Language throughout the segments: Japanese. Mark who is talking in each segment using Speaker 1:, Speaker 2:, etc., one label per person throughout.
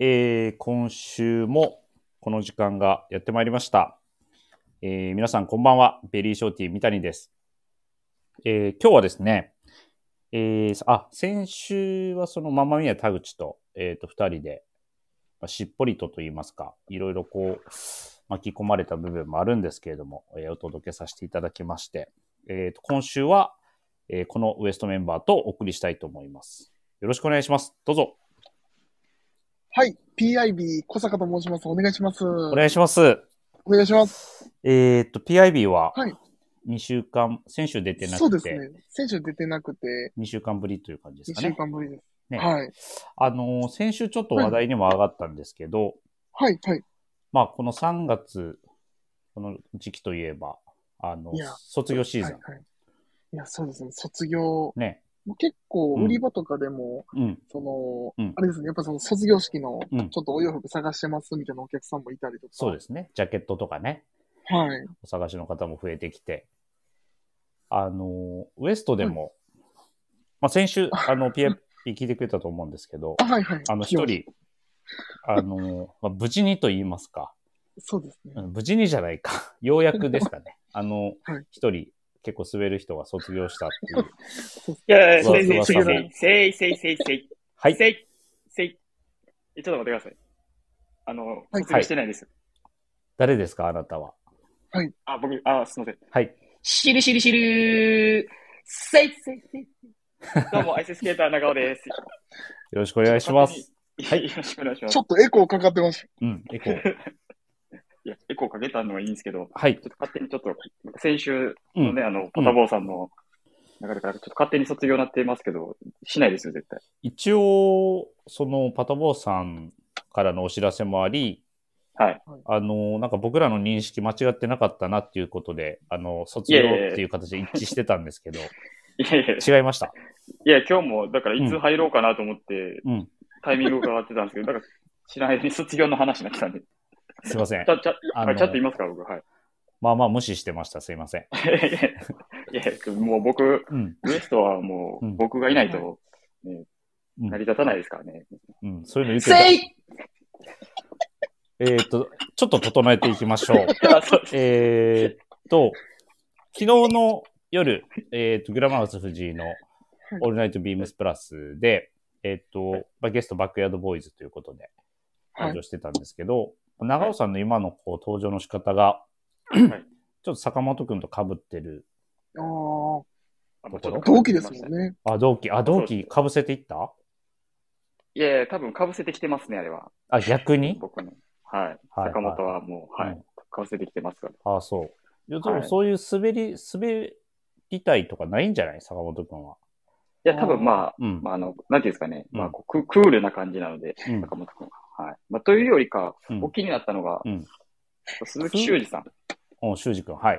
Speaker 1: えー今週もこの時間がやってまいりました。えー皆さんこんばんは。ベリーショーティー三谷です。えー今日はですね、えーあ、先週はそのママミヤ田口と、えっ、と、二人で、まあしっぽりとと言いますか、いろいろこう、巻き込まれた部分もあるんですけれども、えーお届けさせていただきまして、えーと、今週は、えーこのウエストメンバーとお送りしたいと思います。よろしくお願いします。どうぞ。
Speaker 2: はい。PIB 小坂と申します。お願いします。
Speaker 1: お
Speaker 2: お
Speaker 1: 願いします。
Speaker 2: 願いします。
Speaker 1: えーっと、PIB は
Speaker 2: はい
Speaker 1: 2週間、先週出てな
Speaker 2: そう
Speaker 1: く
Speaker 2: です
Speaker 1: て、
Speaker 2: ね。選手出てなくて、
Speaker 1: 2週間ぶりという感じです
Speaker 2: 2
Speaker 1: か
Speaker 2: 週
Speaker 1: ね。
Speaker 2: 間ぶりです。
Speaker 1: ね
Speaker 2: はい。
Speaker 1: あのー先週ちょっと話題にも上がったんですけど、
Speaker 2: はい、はい。
Speaker 1: まあ、この3月、この時期といえば、あの
Speaker 2: いや、
Speaker 1: 卒業シー
Speaker 2: は
Speaker 1: ズ
Speaker 2: い、
Speaker 1: ン。
Speaker 2: はい。いや、そうですね。卒業、
Speaker 1: ね。
Speaker 2: 結構
Speaker 1: うん
Speaker 2: 売り場とかでも、
Speaker 1: うん。
Speaker 2: その、
Speaker 1: うん
Speaker 2: あれですね。やっぱその卒業式の、
Speaker 1: うん
Speaker 2: ちょっとお洋服探してますみたいなお客さんもいたりとか。
Speaker 1: そうですね。ジャケットとかね、
Speaker 2: す。はい。
Speaker 1: お探しの方も増えてきて、あのーウエストでも、まあ、先週、あの、PIB 聞いてくれたと思うんですけど
Speaker 2: あ、、はい、はい。
Speaker 1: あの、
Speaker 2: 聞き
Speaker 1: 一
Speaker 2: まし
Speaker 1: 人、あのーまあ、無事にと言いますか、
Speaker 2: た。そうですね
Speaker 1: う。ん無事にじゃないか。 ようやくですかね。あの
Speaker 2: はい、
Speaker 1: 一、人、結構滑る人が卒業したっていう。
Speaker 3: いやいや、
Speaker 1: そう
Speaker 3: せいせい
Speaker 1: そう
Speaker 3: せいせいせいせいせい。
Speaker 1: はい。
Speaker 3: せいせい。えちょっと待ってください。あの、
Speaker 2: はい
Speaker 3: 卒業してないです。
Speaker 1: 誰ですかあなたは。
Speaker 3: あ、僕、あ、すみません。
Speaker 1: はい。
Speaker 3: しるしるしるせいせいせい。どうも、アイススケーター長尾です。
Speaker 1: よろしくお願いします。
Speaker 3: はい。よろしくお願いしま
Speaker 2: ち
Speaker 3: す
Speaker 2: ょ。っとエコーかかってます。
Speaker 1: うん、エコー。
Speaker 3: いや、エコーかけたのはいいんですけど、
Speaker 1: はい
Speaker 3: ちょ。っと勝手にちょっと、先週
Speaker 1: う
Speaker 3: の
Speaker 1: ん
Speaker 3: ね、。あの、ポタボーさんの流れから、ちょっと勝手に卒業になってますけど、しないですよ、絶対。
Speaker 1: 一応、その、パタボーさんからのお知らせもあり、
Speaker 3: はい。
Speaker 1: あの、なんか僕らの認識間違ってなかったなっていうことで、あの、卒業っていう形で一致してたんですけど、
Speaker 3: いやいや、
Speaker 1: 違いました。
Speaker 3: いや、今日も、だから、いつ入ろうかなと思って、
Speaker 1: うん。
Speaker 3: タイミングを伺ってたんですけど、だから、知らない間に卒業の話になってたんで。
Speaker 1: すいません
Speaker 3: ち。ゃ、ちゃ、
Speaker 1: あ
Speaker 3: あ
Speaker 1: の
Speaker 3: ちゃっと言いますから、僕、はい。
Speaker 1: まあまあ無視してました。すいません。
Speaker 3: いや、もう僕、
Speaker 1: うん。
Speaker 3: ウエストはも
Speaker 1: うん
Speaker 3: う、僕がいないと、ね
Speaker 1: うん
Speaker 3: 成り立たないですからね。
Speaker 1: うん。そういうの言ってた
Speaker 3: せい
Speaker 1: えっ、と、ちょっと整えていきましょう。
Speaker 3: あそうです
Speaker 1: えーっと、昨日の夜、えーっと、グラマラス藤井のオールナイトビームスプラスで、えーっと、まあゲストバックヤードボーイズということで
Speaker 2: はい
Speaker 1: 登場してたんですけど、長尾さんの今のこう登場の仕方が、
Speaker 3: い
Speaker 1: ちょっと坂本くんと被ってる。
Speaker 2: あー
Speaker 3: あのちょっと
Speaker 2: 同期ですもんね。
Speaker 1: あ、同期、あ、同期被せていった
Speaker 3: いやいや、多分、かぶせてきてますね、あれは。
Speaker 1: あ、逆に
Speaker 3: 僕の。はい。
Speaker 1: はい
Speaker 3: 坂本はもう、は
Speaker 1: う
Speaker 3: い
Speaker 1: ん。
Speaker 3: かぶせてきてますから。
Speaker 1: あ、そう。いやでも
Speaker 3: はい
Speaker 1: そういう滑り、滑りたいとかないんじゃない坂本くんは。
Speaker 3: いや、多分、まあ、
Speaker 1: うん。
Speaker 3: まあ、あの、なんていうんですかね。
Speaker 1: うん
Speaker 3: まあ、こうククールな感じなので、
Speaker 1: うん
Speaker 3: 坂本君は。はい。まあ、というよりか、
Speaker 1: うん
Speaker 3: お気になったのが
Speaker 1: うん、
Speaker 3: 鈴木修二さん。
Speaker 1: うん、修二くん、はい。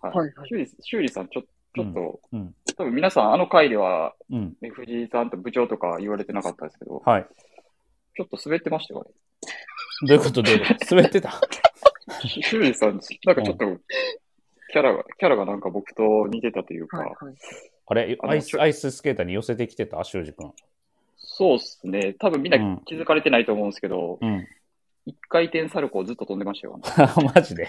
Speaker 2: はいはい
Speaker 3: 修二修二さん、ちょちょっと、
Speaker 1: うん。
Speaker 3: 多分皆さん、あの回では、
Speaker 1: うん。
Speaker 3: ね藤井さんと部長とか言われてなかったですけど、
Speaker 1: はい。
Speaker 3: ちょっと滑ってましたよね。
Speaker 1: どういうことどういう こと滑ってた
Speaker 3: 修二さん、なんかちょっと、キャラが、キャラがなんか僕と似てたというか、
Speaker 2: はい、はい。
Speaker 1: あれ
Speaker 3: あの
Speaker 1: アイス
Speaker 3: ち、ょ
Speaker 1: アイススケーターに寄せてきてた修二君。
Speaker 3: そうっすね。多分みんな
Speaker 1: うん
Speaker 3: 気づかれてないと思うんですけど、
Speaker 1: うん。
Speaker 3: 一回転サルコーずっと飛んでましたよ。
Speaker 1: マジで。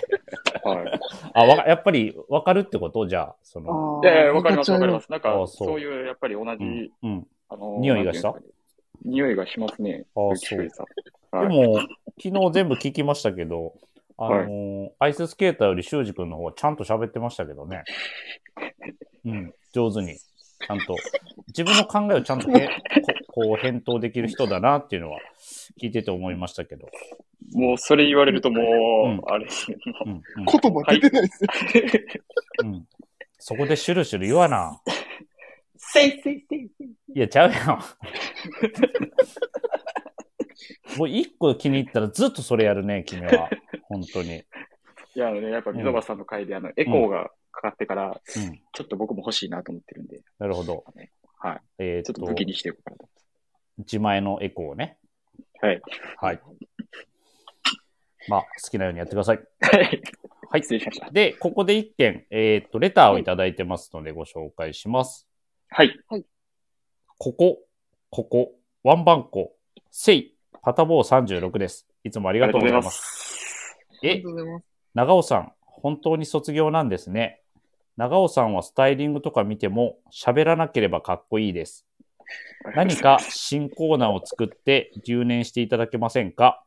Speaker 3: はい。
Speaker 1: あ、わかやっぱりわかるってことじゃあ、その、
Speaker 2: あ。
Speaker 3: いやいや、わかりますわかりますす。な
Speaker 1: あ
Speaker 3: んか
Speaker 1: あ、そう
Speaker 3: そういう、やっぱり同じ、
Speaker 1: うん。うん。
Speaker 3: あの、
Speaker 1: 匂いがした
Speaker 3: なんていうんですかね匂いがしますね。
Speaker 1: ああ
Speaker 3: 修二さん。
Speaker 1: で
Speaker 3: はい
Speaker 1: も、昨日全部聞きましたけど、あのーアイススケーターより修二君の方はちゃんと喋ってましたけどね。うん。上手に。ちゃんと。自分の考えをちゃんとへんこ こう返答できる人だなっていうのは聞いてて思いましたけど。
Speaker 3: もう、それ言われるともう、
Speaker 1: うん
Speaker 3: あれですね。
Speaker 1: うん。うん
Speaker 2: 言葉出てないですよ。
Speaker 1: うん。そこでシュルシュル言わな。
Speaker 3: せいせいせいせい。
Speaker 1: いや、ちゃうや ん。もう一個気に入ったらずっとそれやるね、君は。本当に。
Speaker 3: いや、あのね、やっぱ溝端さんの回で、あの、エコーがかかってから、
Speaker 1: うん。
Speaker 3: ちょっと僕も欲しいなと思ってるんで、
Speaker 1: なるほど。
Speaker 3: はい。
Speaker 1: えーっ
Speaker 3: ちょっと
Speaker 1: と
Speaker 3: 武器、にしていこうかなと思
Speaker 1: 自前のエコーをね。
Speaker 3: はい。
Speaker 1: はい。まあ、好きなようにやってください。
Speaker 3: って。
Speaker 1: は
Speaker 3: はいい、失礼しました。
Speaker 1: で、ここで一件、えーっと、レターをいただいてますのでご紹介します。
Speaker 3: はい。
Speaker 1: ここ、ここ、ワンバンコ、セイパタボー36です。いつもありがとうございます。
Speaker 3: す。
Speaker 2: あ
Speaker 1: え
Speaker 2: りがと、うございます。
Speaker 1: 長尾さん、本当に卒業なんですね。長尾さんはスタイリングとか見ても喋らなければかっこいいです。何か新コーナーを作って留年していただけませんか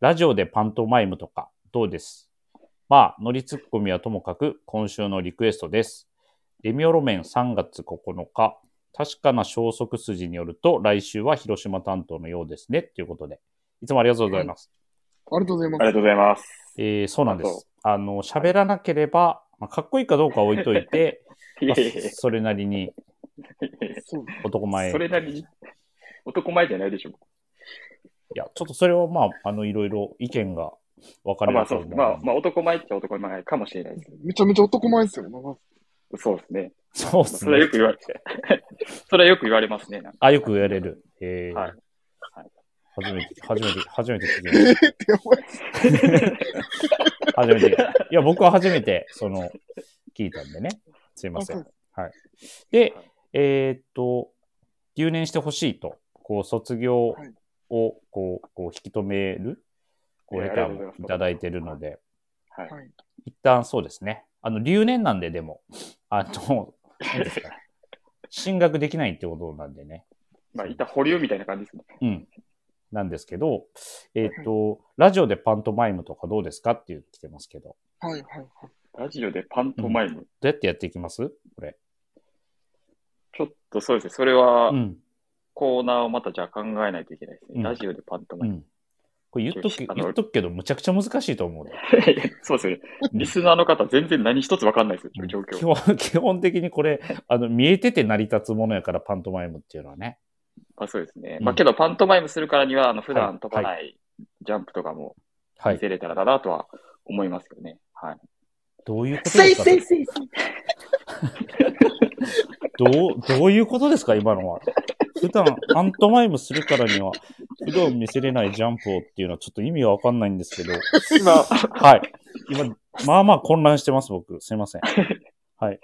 Speaker 1: ラジオでパントマイムとかどうですまあ、ノリツッコミはともかく今週のリクエストです。レミオロメン3月9日。確かな消息筋によると来週は広島担当のようですね。ということで。いつもありがとうございます。
Speaker 2: ありがとうございま
Speaker 3: ありがとうございます。
Speaker 1: えーそうなんで
Speaker 3: あと
Speaker 1: す。あの、喋らなければ、まあ、かっこいいかどうかは置いといて、
Speaker 3: い
Speaker 1: ま
Speaker 3: や
Speaker 1: あ
Speaker 3: いやいや
Speaker 1: それなりに
Speaker 2: す。そう
Speaker 1: 男前。
Speaker 3: それなりに、男前じゃないでしょ。
Speaker 1: いや、ちょっとそれはまあ、あの、いろいろ意見が分か
Speaker 3: あ
Speaker 1: れ
Speaker 3: まあ
Speaker 1: る
Speaker 3: そ
Speaker 1: と
Speaker 3: う
Speaker 1: 思
Speaker 3: で
Speaker 1: うので。
Speaker 3: すね。まあ、まあ、男前っちゃ男前かもしれないですけ
Speaker 2: めちゃめちゃ男前ですよ、長尾
Speaker 3: ど。そうですね。
Speaker 1: そうです
Speaker 3: それはよ
Speaker 1: ね
Speaker 3: く。言われ、それはよく言われますね。なんか
Speaker 1: あ、よく言われる。えー
Speaker 3: はいはい
Speaker 1: 初めて、初めて、初めて聞きま
Speaker 2: さん。え
Speaker 1: し
Speaker 2: ーってやばい。
Speaker 1: た。初めて。いや、僕は初めて、その、聞いたんでね。すいません。はい。で、えーっと、留年してほしいと、こう、卒業を、
Speaker 2: はい
Speaker 1: こう、こう引き止める、こう、
Speaker 3: い
Speaker 1: レ
Speaker 3: や
Speaker 1: ター
Speaker 3: ありがとうござい
Speaker 1: を
Speaker 3: ます
Speaker 1: いただいてるので、
Speaker 3: はい。
Speaker 2: はい。
Speaker 1: 一旦そうですね。あの、留年なんで、でも、 あの、何ですか。進学できないってことなんでね。
Speaker 3: まあ、いた保留みたいな感じですね。
Speaker 1: うん。なんですけど、えーっと、ラジオでパントマイムとかどうですかって言ってますけど、ど
Speaker 2: はい、はい、
Speaker 3: ラジオでパントマイム。
Speaker 1: うやってやっていきますこれ。
Speaker 3: ちょっとそうですね。それは
Speaker 1: うん。
Speaker 3: コーナーをまたじゃあ考えないといけないですね。
Speaker 1: うん
Speaker 3: ラジオでパント
Speaker 1: う
Speaker 3: マイム。
Speaker 1: ん。これ言っとくけ
Speaker 3: あの
Speaker 1: 言っとくけど、むちゃくちゃ難しいと思うで。
Speaker 3: そうですね。リスナーの方、全然何一つわかんないですよ、状
Speaker 1: 基
Speaker 3: 況。
Speaker 1: 本 基本的にこ れあの見えてて成り立つものやからパントマイムっていうのはね
Speaker 3: まあ、そうですね。
Speaker 1: うん
Speaker 3: まあ、けど、パントマイムするからには、あの、普
Speaker 1: はい
Speaker 3: 段飛ばないジャンプとかも
Speaker 1: は
Speaker 3: 見
Speaker 1: い
Speaker 3: せれたらなとは思いますけどね。はい。
Speaker 1: どういうこと
Speaker 2: せ
Speaker 1: で
Speaker 2: い
Speaker 1: すか
Speaker 2: せいせい
Speaker 1: どうどういうことですか今のは普段パントマイムするからには普段見せれないジャンプをっていうのはちょっと意味がわかんないんですけど
Speaker 3: 今、ち
Speaker 1: はい今まあまあ混乱してます僕すいません
Speaker 3: ょっ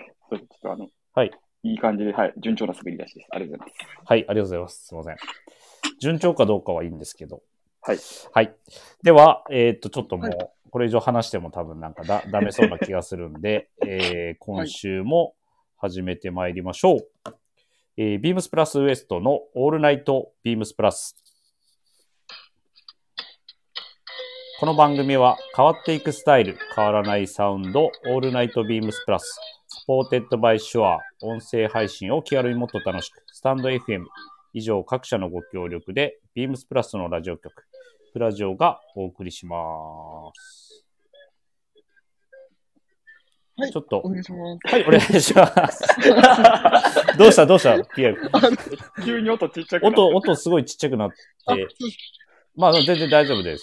Speaker 3: とあの、
Speaker 1: はい。
Speaker 3: いい感じで、はい。順調な滑り出しです。ありがとうございます。
Speaker 1: はい、ありがとうございます。すいません。順調かどうかはいいんですけど。
Speaker 3: はい。
Speaker 1: はい。では、えーっと、ちょっとも
Speaker 2: は
Speaker 1: う、これ以上話しても多分なんかだ、ダメそうな気がするん で、えー今週も始めてまいりましょう。えー、ビームスプラスウエストのオールナイトビームスプラス。この番組は変わっていくスタイル、変わらないサウンド、オールナイトビームスプラス。スポーテッドバイシュア、音声配信を気軽にもっと楽しく、スタンド FM、以上各社のご協力で、ビームスプラスのラジオ局、プラジオがお送りします。
Speaker 2: はい
Speaker 1: ちょっと
Speaker 2: お、願いします。
Speaker 1: はい、お願いします。 どうしたどうした ?PM。
Speaker 3: 急に音ちっちゃくなった
Speaker 1: 音、音すごいちっちゃくなって、
Speaker 2: あ、そうです。
Speaker 1: まあ全然大丈夫です。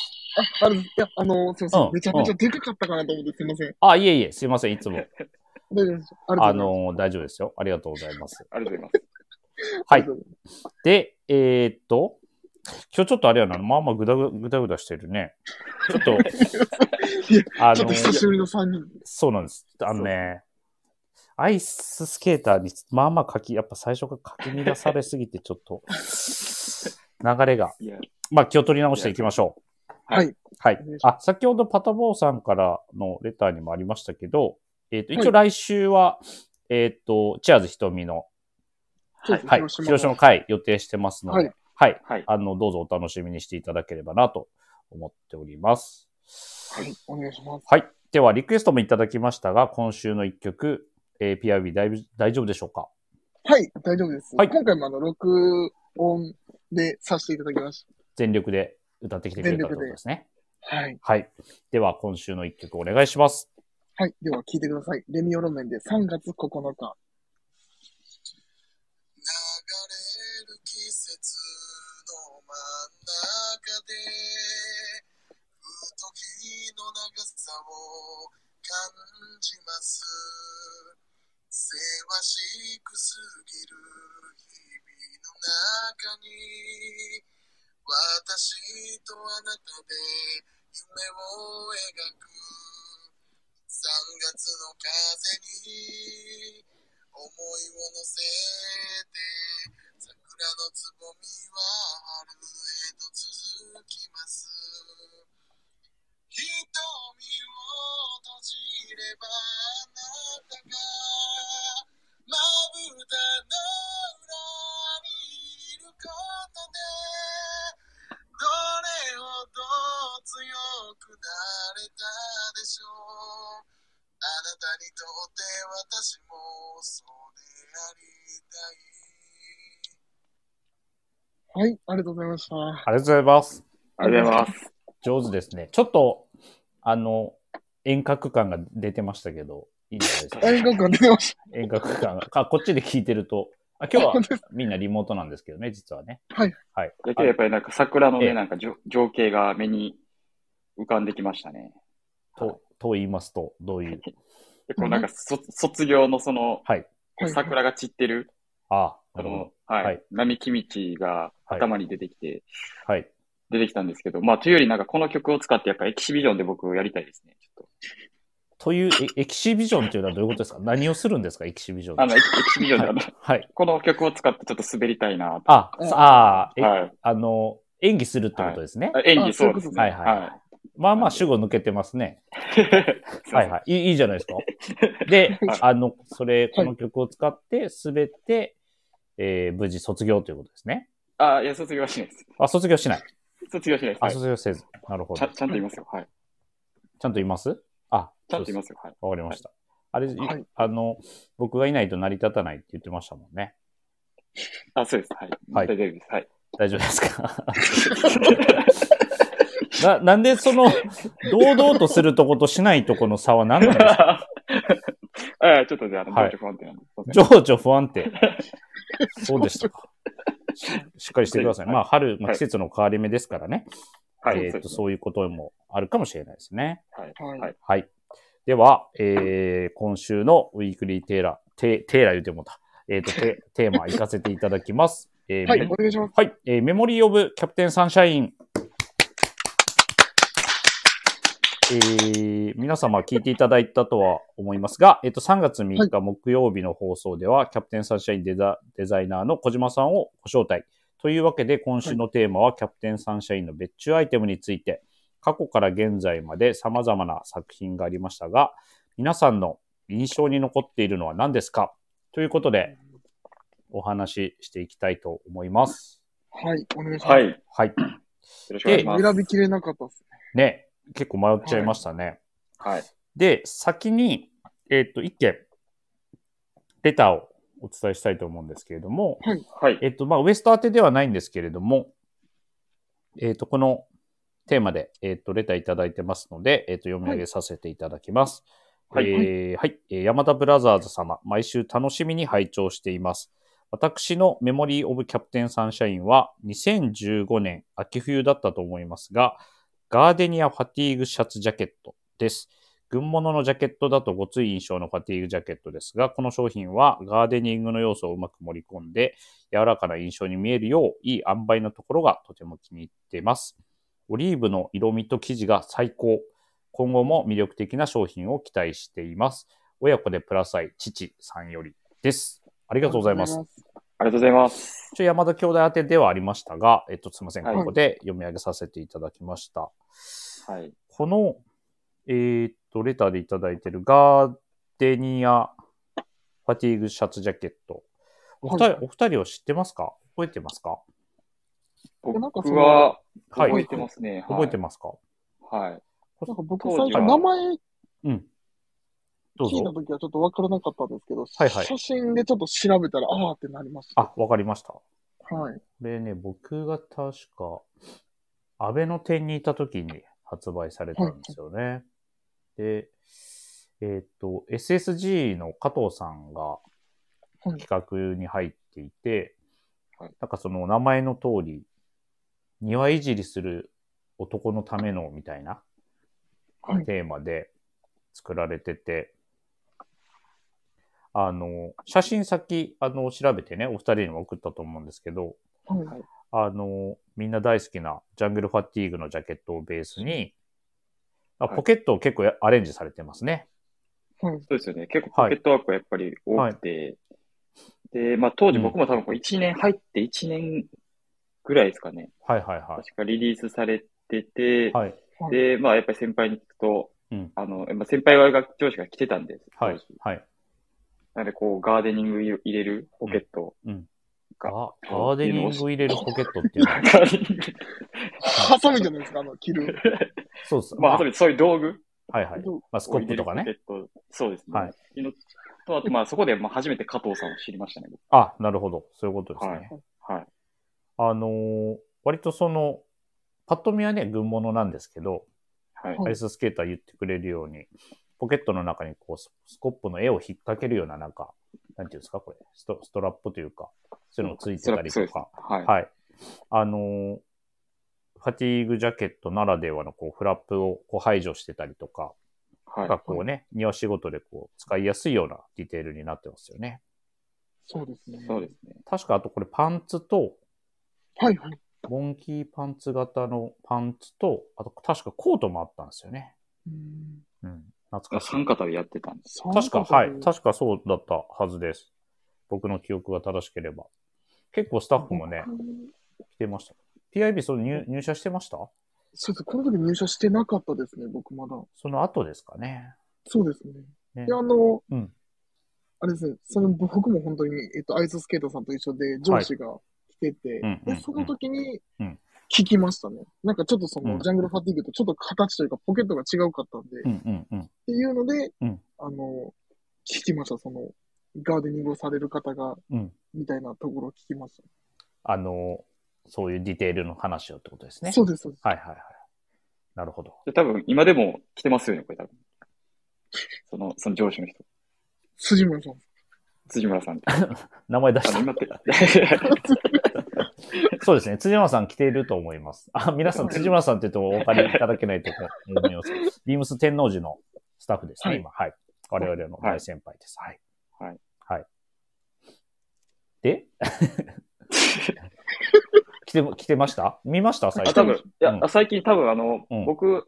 Speaker 2: あ、あれです。いや、あの、すいませ
Speaker 1: うん
Speaker 2: ん。めちゃめちゃでかかったかなと思って、すいません。
Speaker 1: あ、いえいえ、すいません、いつも。
Speaker 2: 大丈夫です。あり
Speaker 1: あ
Speaker 2: がとうございます
Speaker 1: の、大丈夫ですよ。ありがとうございます。
Speaker 3: ありがとうございます。
Speaker 2: あ
Speaker 1: はい
Speaker 2: りがとうございます。。
Speaker 1: で、えーっと、今日ちょっとあれやな、まあまあぐだぐぐだぐだしてるね。ちょ っと
Speaker 2: いや、
Speaker 1: あ
Speaker 2: ちょ
Speaker 1: の
Speaker 2: っと、久しぶりの3人。
Speaker 1: そうなんです。あのね、アイススケーターに、まあまあ書き、やっぱ最初から書き乱されすぎて、ちょっと、流れが。
Speaker 3: いや、
Speaker 1: まあ気を取り直していきましょう。
Speaker 2: はい。
Speaker 1: はい。あ、先ほどパタボーさんからのレターにもありましたけど、えーっと、
Speaker 2: はい
Speaker 1: 一応来週は、えーっと、チアーズ瞳の、
Speaker 2: そう
Speaker 3: はい
Speaker 2: ですね
Speaker 1: はい、広島の会予定してますので、
Speaker 2: はい
Speaker 1: はい。
Speaker 3: はい。
Speaker 1: あの、どうぞお楽しみにしていただければなと思っております。
Speaker 2: はい、お願いします。
Speaker 1: はい。では、リクエストもいただきましたが、今週の一曲、えー、PRB 大大丈夫でしょうか
Speaker 2: はい、大丈夫です。
Speaker 1: はい
Speaker 2: 今回もあの、録音でさせていただきまし
Speaker 1: 全力で歌ってきてくれたってことですね。
Speaker 2: た。はい。
Speaker 1: はい。では、今週の一曲お願いします。
Speaker 2: はい、では聞いてください。レミオロメンで3月9日。
Speaker 4: 流れる季節の真ん中でふと日の長さを感じますせわしくすぎる日々の中に私とあなたで夢を描く3月の風に思いを乗せて桜のつぼみは春へと続私もそうでありたい。
Speaker 2: はい、ありがとうございました。
Speaker 1: ありがとうございます。
Speaker 3: ありがとうございます。
Speaker 1: 上手ですね。ちょっと、あの、遠隔感が出てましたけど、いいんじゃないですか。
Speaker 2: 大学が出てまし
Speaker 1: 遠隔感が。かこっちで聞いてると、あ今日は
Speaker 2: 本当
Speaker 1: みんなリモートなんですけどね、実はね。
Speaker 2: はい。
Speaker 1: はい。
Speaker 3: だけどやっぱりなんか桜の
Speaker 1: ええ
Speaker 3: ね、なんかじょ情景が目に浮かんできましたね。
Speaker 1: と、と言いますと、どういう。
Speaker 3: 結構なんかそ卒業のその、
Speaker 1: はい。
Speaker 2: た。はい、
Speaker 3: 桜が散ってる、
Speaker 1: ああ、な
Speaker 3: こ
Speaker 1: るほ
Speaker 3: の
Speaker 1: ど。、
Speaker 3: はい、
Speaker 1: はい
Speaker 3: 並木道が頭に出てきて、
Speaker 1: はい。
Speaker 3: 出てきたんですけど、まあ、というよりなんかこの曲を使ってやっぱエキシビジョンで僕をやりたいですね。ちょっ
Speaker 1: という、えエキシビジョンというのはどういうことですか何をするんですかエキシビジョン
Speaker 3: と。あの、
Speaker 1: で
Speaker 3: エキエキシビジョンで、あの
Speaker 1: はい。
Speaker 3: この曲を使ってちょっと滑りたいなと。
Speaker 1: あ、さああ、え、
Speaker 3: はい。
Speaker 1: あの、演技するってことですね。
Speaker 3: あ演技
Speaker 2: あそう
Speaker 3: そ
Speaker 2: いう
Speaker 3: う
Speaker 2: こ
Speaker 3: で
Speaker 2: と
Speaker 3: す
Speaker 2: ね
Speaker 3: ね。
Speaker 1: はいはいまあまあ、主語抜けてますね。
Speaker 3: い
Speaker 1: はいはい。いいいいじゃないで すか。で
Speaker 3: はい、
Speaker 1: あの、それ、この曲を使って滑って、えー無事卒業ということですね。
Speaker 3: あ、いや、卒業はしないです。
Speaker 1: あ、卒業しない。
Speaker 3: 卒業しないです。
Speaker 1: あ、
Speaker 3: はい
Speaker 1: 卒業せず。なるほ
Speaker 3: ちゃ
Speaker 1: ど。
Speaker 3: んちゃんと言いますよ。はい。
Speaker 1: ちゃんといますあ、。
Speaker 3: ちゃんと言いますすよ。はい。
Speaker 1: わかりました。あれ、い
Speaker 2: はい
Speaker 1: あの、僕がいないと成り立たないって言ってましたもんね。
Speaker 3: あ、そうです。はい。
Speaker 1: はい
Speaker 3: 大丈夫です。はい。
Speaker 1: 大丈夫ですか な、なんでその、堂々とするとことしないとこの差は何なんですか
Speaker 3: あちょっとじゃあ、情
Speaker 1: はい
Speaker 3: 緒不安定なんで。そうです ね
Speaker 1: 情緒不安定。そうでしたか。ししっかりしてください。まあ、春、まあ、
Speaker 3: はい
Speaker 1: 季節の変わり目ですからね。
Speaker 3: はい。
Speaker 1: えっ
Speaker 3: そう
Speaker 1: と、
Speaker 3: ですね
Speaker 1: そういうこともあるかもしれないですね。
Speaker 3: はい。
Speaker 2: はい
Speaker 3: はい
Speaker 1: はい。では、えー、今週のウィークリーテーラー、テテーラー言うてもうた。えっ、とテ、テーマ行かせていただきます。えー
Speaker 2: はい
Speaker 1: メ、
Speaker 2: お願いします。
Speaker 1: はい、えーメモリー・オブ・キャプテン・サンシャイン。えー皆様聞いていただいたとは思いますが、えっと、3月3日木曜日の放送では、キャプテンサンシャインデザデザイナーの小島さんをご招待。というわけで、今週のテーマは、キャプテンサンシャインの別注アイテムについて、過去から現在まで様々な作品がありましたが、皆さんの印象に残っているのは何ですかということで、お話ししていきたいと思います。
Speaker 2: はい、お願いします。
Speaker 3: はい。よ
Speaker 1: はい。
Speaker 3: ろしくお願いします。
Speaker 2: 選びきれなかったです
Speaker 1: ね、結構迷っちゃいましたね。
Speaker 3: はい。
Speaker 1: で、先に、えっ、と、一件、レターをお伝えしたいと思うんですけれども、
Speaker 3: はい。
Speaker 1: えっ、と、まあ、ウエスト当てではないんですけれども、えっ、と、このテーマで、えっ、と、レターいただいてますので、えっ、と、読み上げさせていただきます。
Speaker 3: はい
Speaker 1: えーはい。えー山田ブラザーズ様、毎週楽しみに拝聴しています。私のメモリー・オブ・キャプテン・サンシャインは2015年秋冬だったと思いますが、ガーデニア・ファティーグ・シャツ・ジャケットです。軍物のジャケットだとごつい印象のファティーグジャケットですが、この商品はガーデニングの要素をうまく盛り込んで、柔らかな印象に見えるよう、いい塩梅のところがとても気に入っています。オリーブの色味と生地が最高。今後も魅力的な商品を期待しています。親子でプラス愛、父さんよりです。あり
Speaker 2: あ
Speaker 1: がとうございます。
Speaker 2: りがとう
Speaker 3: ありがとうございます。
Speaker 1: 一応山田兄弟宛てではありましたが、えっと、すみません、
Speaker 3: はい
Speaker 1: ここで読み上げさせていただきました。
Speaker 3: はい。
Speaker 1: この、えーっと、レターでいただいているガーデニアファティーグシャツジャケット。お二人、
Speaker 2: はい
Speaker 1: お二人を知ってますか覚えてますか
Speaker 2: えなんかそ
Speaker 3: 僕
Speaker 2: の
Speaker 3: は
Speaker 1: はい
Speaker 3: 覚えてますね。
Speaker 1: 覚えて
Speaker 3: ま
Speaker 1: ますか
Speaker 3: す。はい。
Speaker 2: なんか僕
Speaker 3: 当
Speaker 2: 最
Speaker 3: 時
Speaker 2: 初
Speaker 3: は
Speaker 2: 名前
Speaker 1: うん。どう
Speaker 2: 聞いた
Speaker 1: ぞ。
Speaker 2: 時はちょっと分からなかったんですけど、
Speaker 1: はいはい
Speaker 2: 写真でちょっと調べたら、あーってなりました。
Speaker 1: あ、わかりました。こ
Speaker 2: はい。
Speaker 1: れね、僕が確か、安倍の店にいた時に発売されたんですよね。で、えーっと、SSG の加藤さんが、
Speaker 2: はい。
Speaker 1: 企画に入っていて、
Speaker 3: はい
Speaker 1: なんかその名前の通り、庭いじりする男のためのみたいな
Speaker 2: はい
Speaker 1: テーマで作られてて、あの、写真先、あの、調べてね、お二人にも送ったと思うんですけど、
Speaker 2: はい。
Speaker 1: あの、みんな大好きなジャングルファティーグのジャケットをベースに、あ
Speaker 3: はい
Speaker 1: ポケットを結構やアレンジされてますね。
Speaker 2: はい。
Speaker 3: そうですよね。結構ポケットワークがやっぱり多くて、で、まあ当時僕も多分こう1年入って1年ぐらいですかね。
Speaker 1: はいはいは
Speaker 3: 確かリリースされてて、
Speaker 1: い。はい。
Speaker 3: で、まあやっぱり先輩に聞くと、
Speaker 1: うん
Speaker 3: あの、まあ、先輩が上司が来てたんです。
Speaker 1: はい
Speaker 3: 当時。
Speaker 1: はい。
Speaker 3: なのでこうガーデニング入れるポケット。
Speaker 1: ガガーデニング入れるポケットっていうのは、
Speaker 3: ガーデニング
Speaker 2: ハサミじゃないですか、あの、着る。
Speaker 1: そうです。
Speaker 3: まあ、あとでそういう道具
Speaker 1: はいはい。まあ、スコップとか
Speaker 3: を入
Speaker 1: ね。
Speaker 3: れるポケット。そうですね。
Speaker 1: はい
Speaker 3: のと、あと、まあ、そこで、まあ、初めて加藤さんを知りましたね。僕
Speaker 1: あ、なるほど。そういうことですね。
Speaker 3: はい。はい。
Speaker 1: あのー割とその、パッと見はね、軍物なんですけど、
Speaker 3: はい。
Speaker 2: はい
Speaker 1: アイススケーター言ってくれるように、ポケットの中にこうススコップの絵を引っ掛けるような、なんか、なんていうんですか、これスト、ストラップというか、そういうのついてたり
Speaker 3: そ
Speaker 1: と
Speaker 3: うです。
Speaker 1: か、
Speaker 3: はい。
Speaker 1: はい。あのーファティーグジャケットならではのこうフラップをこう排除してたりとか、
Speaker 3: は
Speaker 1: ないん。かこうね、庭仕事でこう使いやすいようなディテールになってますよね。
Speaker 2: そうですね。
Speaker 3: そうですね。
Speaker 1: 確かあとこれパンツと、
Speaker 2: はいはい。
Speaker 1: モンキーパンツ型のパンツと、あと確かコートもあったんですよね。
Speaker 2: うん
Speaker 1: うん。懐かしい
Speaker 3: 三。方でやってたんです。
Speaker 1: 確か、
Speaker 2: そう
Speaker 1: は
Speaker 2: ないん。だ
Speaker 1: 確かそうだったはずです。僕の記憶が正しければ。結構スタッフもね、来てました。PIB、その入入社してました
Speaker 2: そうです。この時入社してなかったですね、僕まだ。
Speaker 1: その後ですかね。
Speaker 2: そうですね。
Speaker 1: ね
Speaker 2: で、あの、
Speaker 1: うん
Speaker 2: あれですね、その僕も本当に、えっと、アイススケートさんと一緒で上司が来てて、
Speaker 1: うんうんうん
Speaker 2: で、その時に
Speaker 1: うん
Speaker 2: 聞きましたね。なんかちょっとそうの、
Speaker 1: ん
Speaker 2: ジャングルファティーグとちょっと形というかポケットが違うかったんで、
Speaker 1: う
Speaker 2: っ
Speaker 1: んうんうん。
Speaker 2: ていうので、
Speaker 1: うん
Speaker 2: あの、聞きました、その、ガーデニングをされる方が、
Speaker 1: うん
Speaker 2: みたいなところを聞きまし
Speaker 1: あの、そういうディテールの話をってことです
Speaker 2: た。
Speaker 1: ね。
Speaker 2: そうです、そうです。
Speaker 1: はいはいはい。なるほど。
Speaker 3: で、多分、今でも来てますよね、これ多分。その、その上司の人。
Speaker 2: 辻村さん。
Speaker 3: 辻 村さん。
Speaker 1: 名前出
Speaker 3: あ
Speaker 1: し
Speaker 3: の、
Speaker 1: た。
Speaker 3: 今って、
Speaker 1: そうですね。辻村さん来ていると思います。あ、皆さん、辻村さんって言ってもお分かりいただけないと思います。ビームス天王寺のスタッフですね、
Speaker 2: はい
Speaker 1: 今。はい。我々の大先輩です。はい。
Speaker 3: はい。
Speaker 1: はい。で 来ても、来てました見ました最
Speaker 3: あ、
Speaker 1: 近。
Speaker 3: 多分、いや、
Speaker 1: うん
Speaker 3: あ最近多分あの、
Speaker 1: うん
Speaker 3: 僕、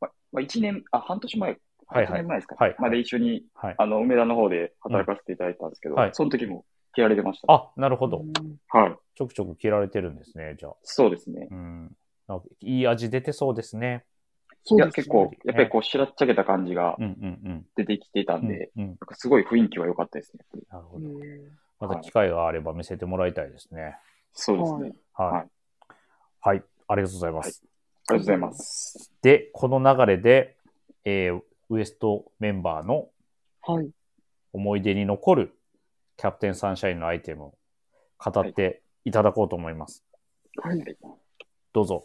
Speaker 3: ま、ま1年、あ、半年前、
Speaker 1: はい
Speaker 3: 1
Speaker 1: はい
Speaker 3: 年。前ですか、
Speaker 1: はいはい
Speaker 3: まで一緒に、
Speaker 1: はい
Speaker 3: あの、梅田の方で働かせていただいたんですけど、
Speaker 1: うんはい
Speaker 3: その時も着られてました。
Speaker 1: あ、なるほど
Speaker 2: う。ん。
Speaker 3: はい。
Speaker 1: ちょくちょく着られてるんですね、じゃあ。
Speaker 3: そうですね。
Speaker 1: うん。なんかいい味出てそうですね。
Speaker 2: そ
Speaker 3: いうや、
Speaker 2: です、
Speaker 3: 結構、やっぱりこう、しらっちゃけた感じが
Speaker 1: うんうん
Speaker 3: 出てきてた
Speaker 1: うんん。
Speaker 3: で、
Speaker 1: うんうん。
Speaker 3: なんかすごい雰囲気は良かったですね。
Speaker 1: なるほ
Speaker 2: う
Speaker 1: ど。
Speaker 2: ん
Speaker 1: また機会があれば見せてもらいたいですね。
Speaker 3: そうですね。
Speaker 1: はい。は
Speaker 3: はいい。
Speaker 1: ありがとうございます。
Speaker 3: ありがとうございます。
Speaker 1: で、この流れで、えーウエストメンバーの
Speaker 2: はい。
Speaker 1: 思い出に残るキャプテンサンシャインのアイテムを語っていただこうと思います。
Speaker 2: はい。
Speaker 1: どうぞ。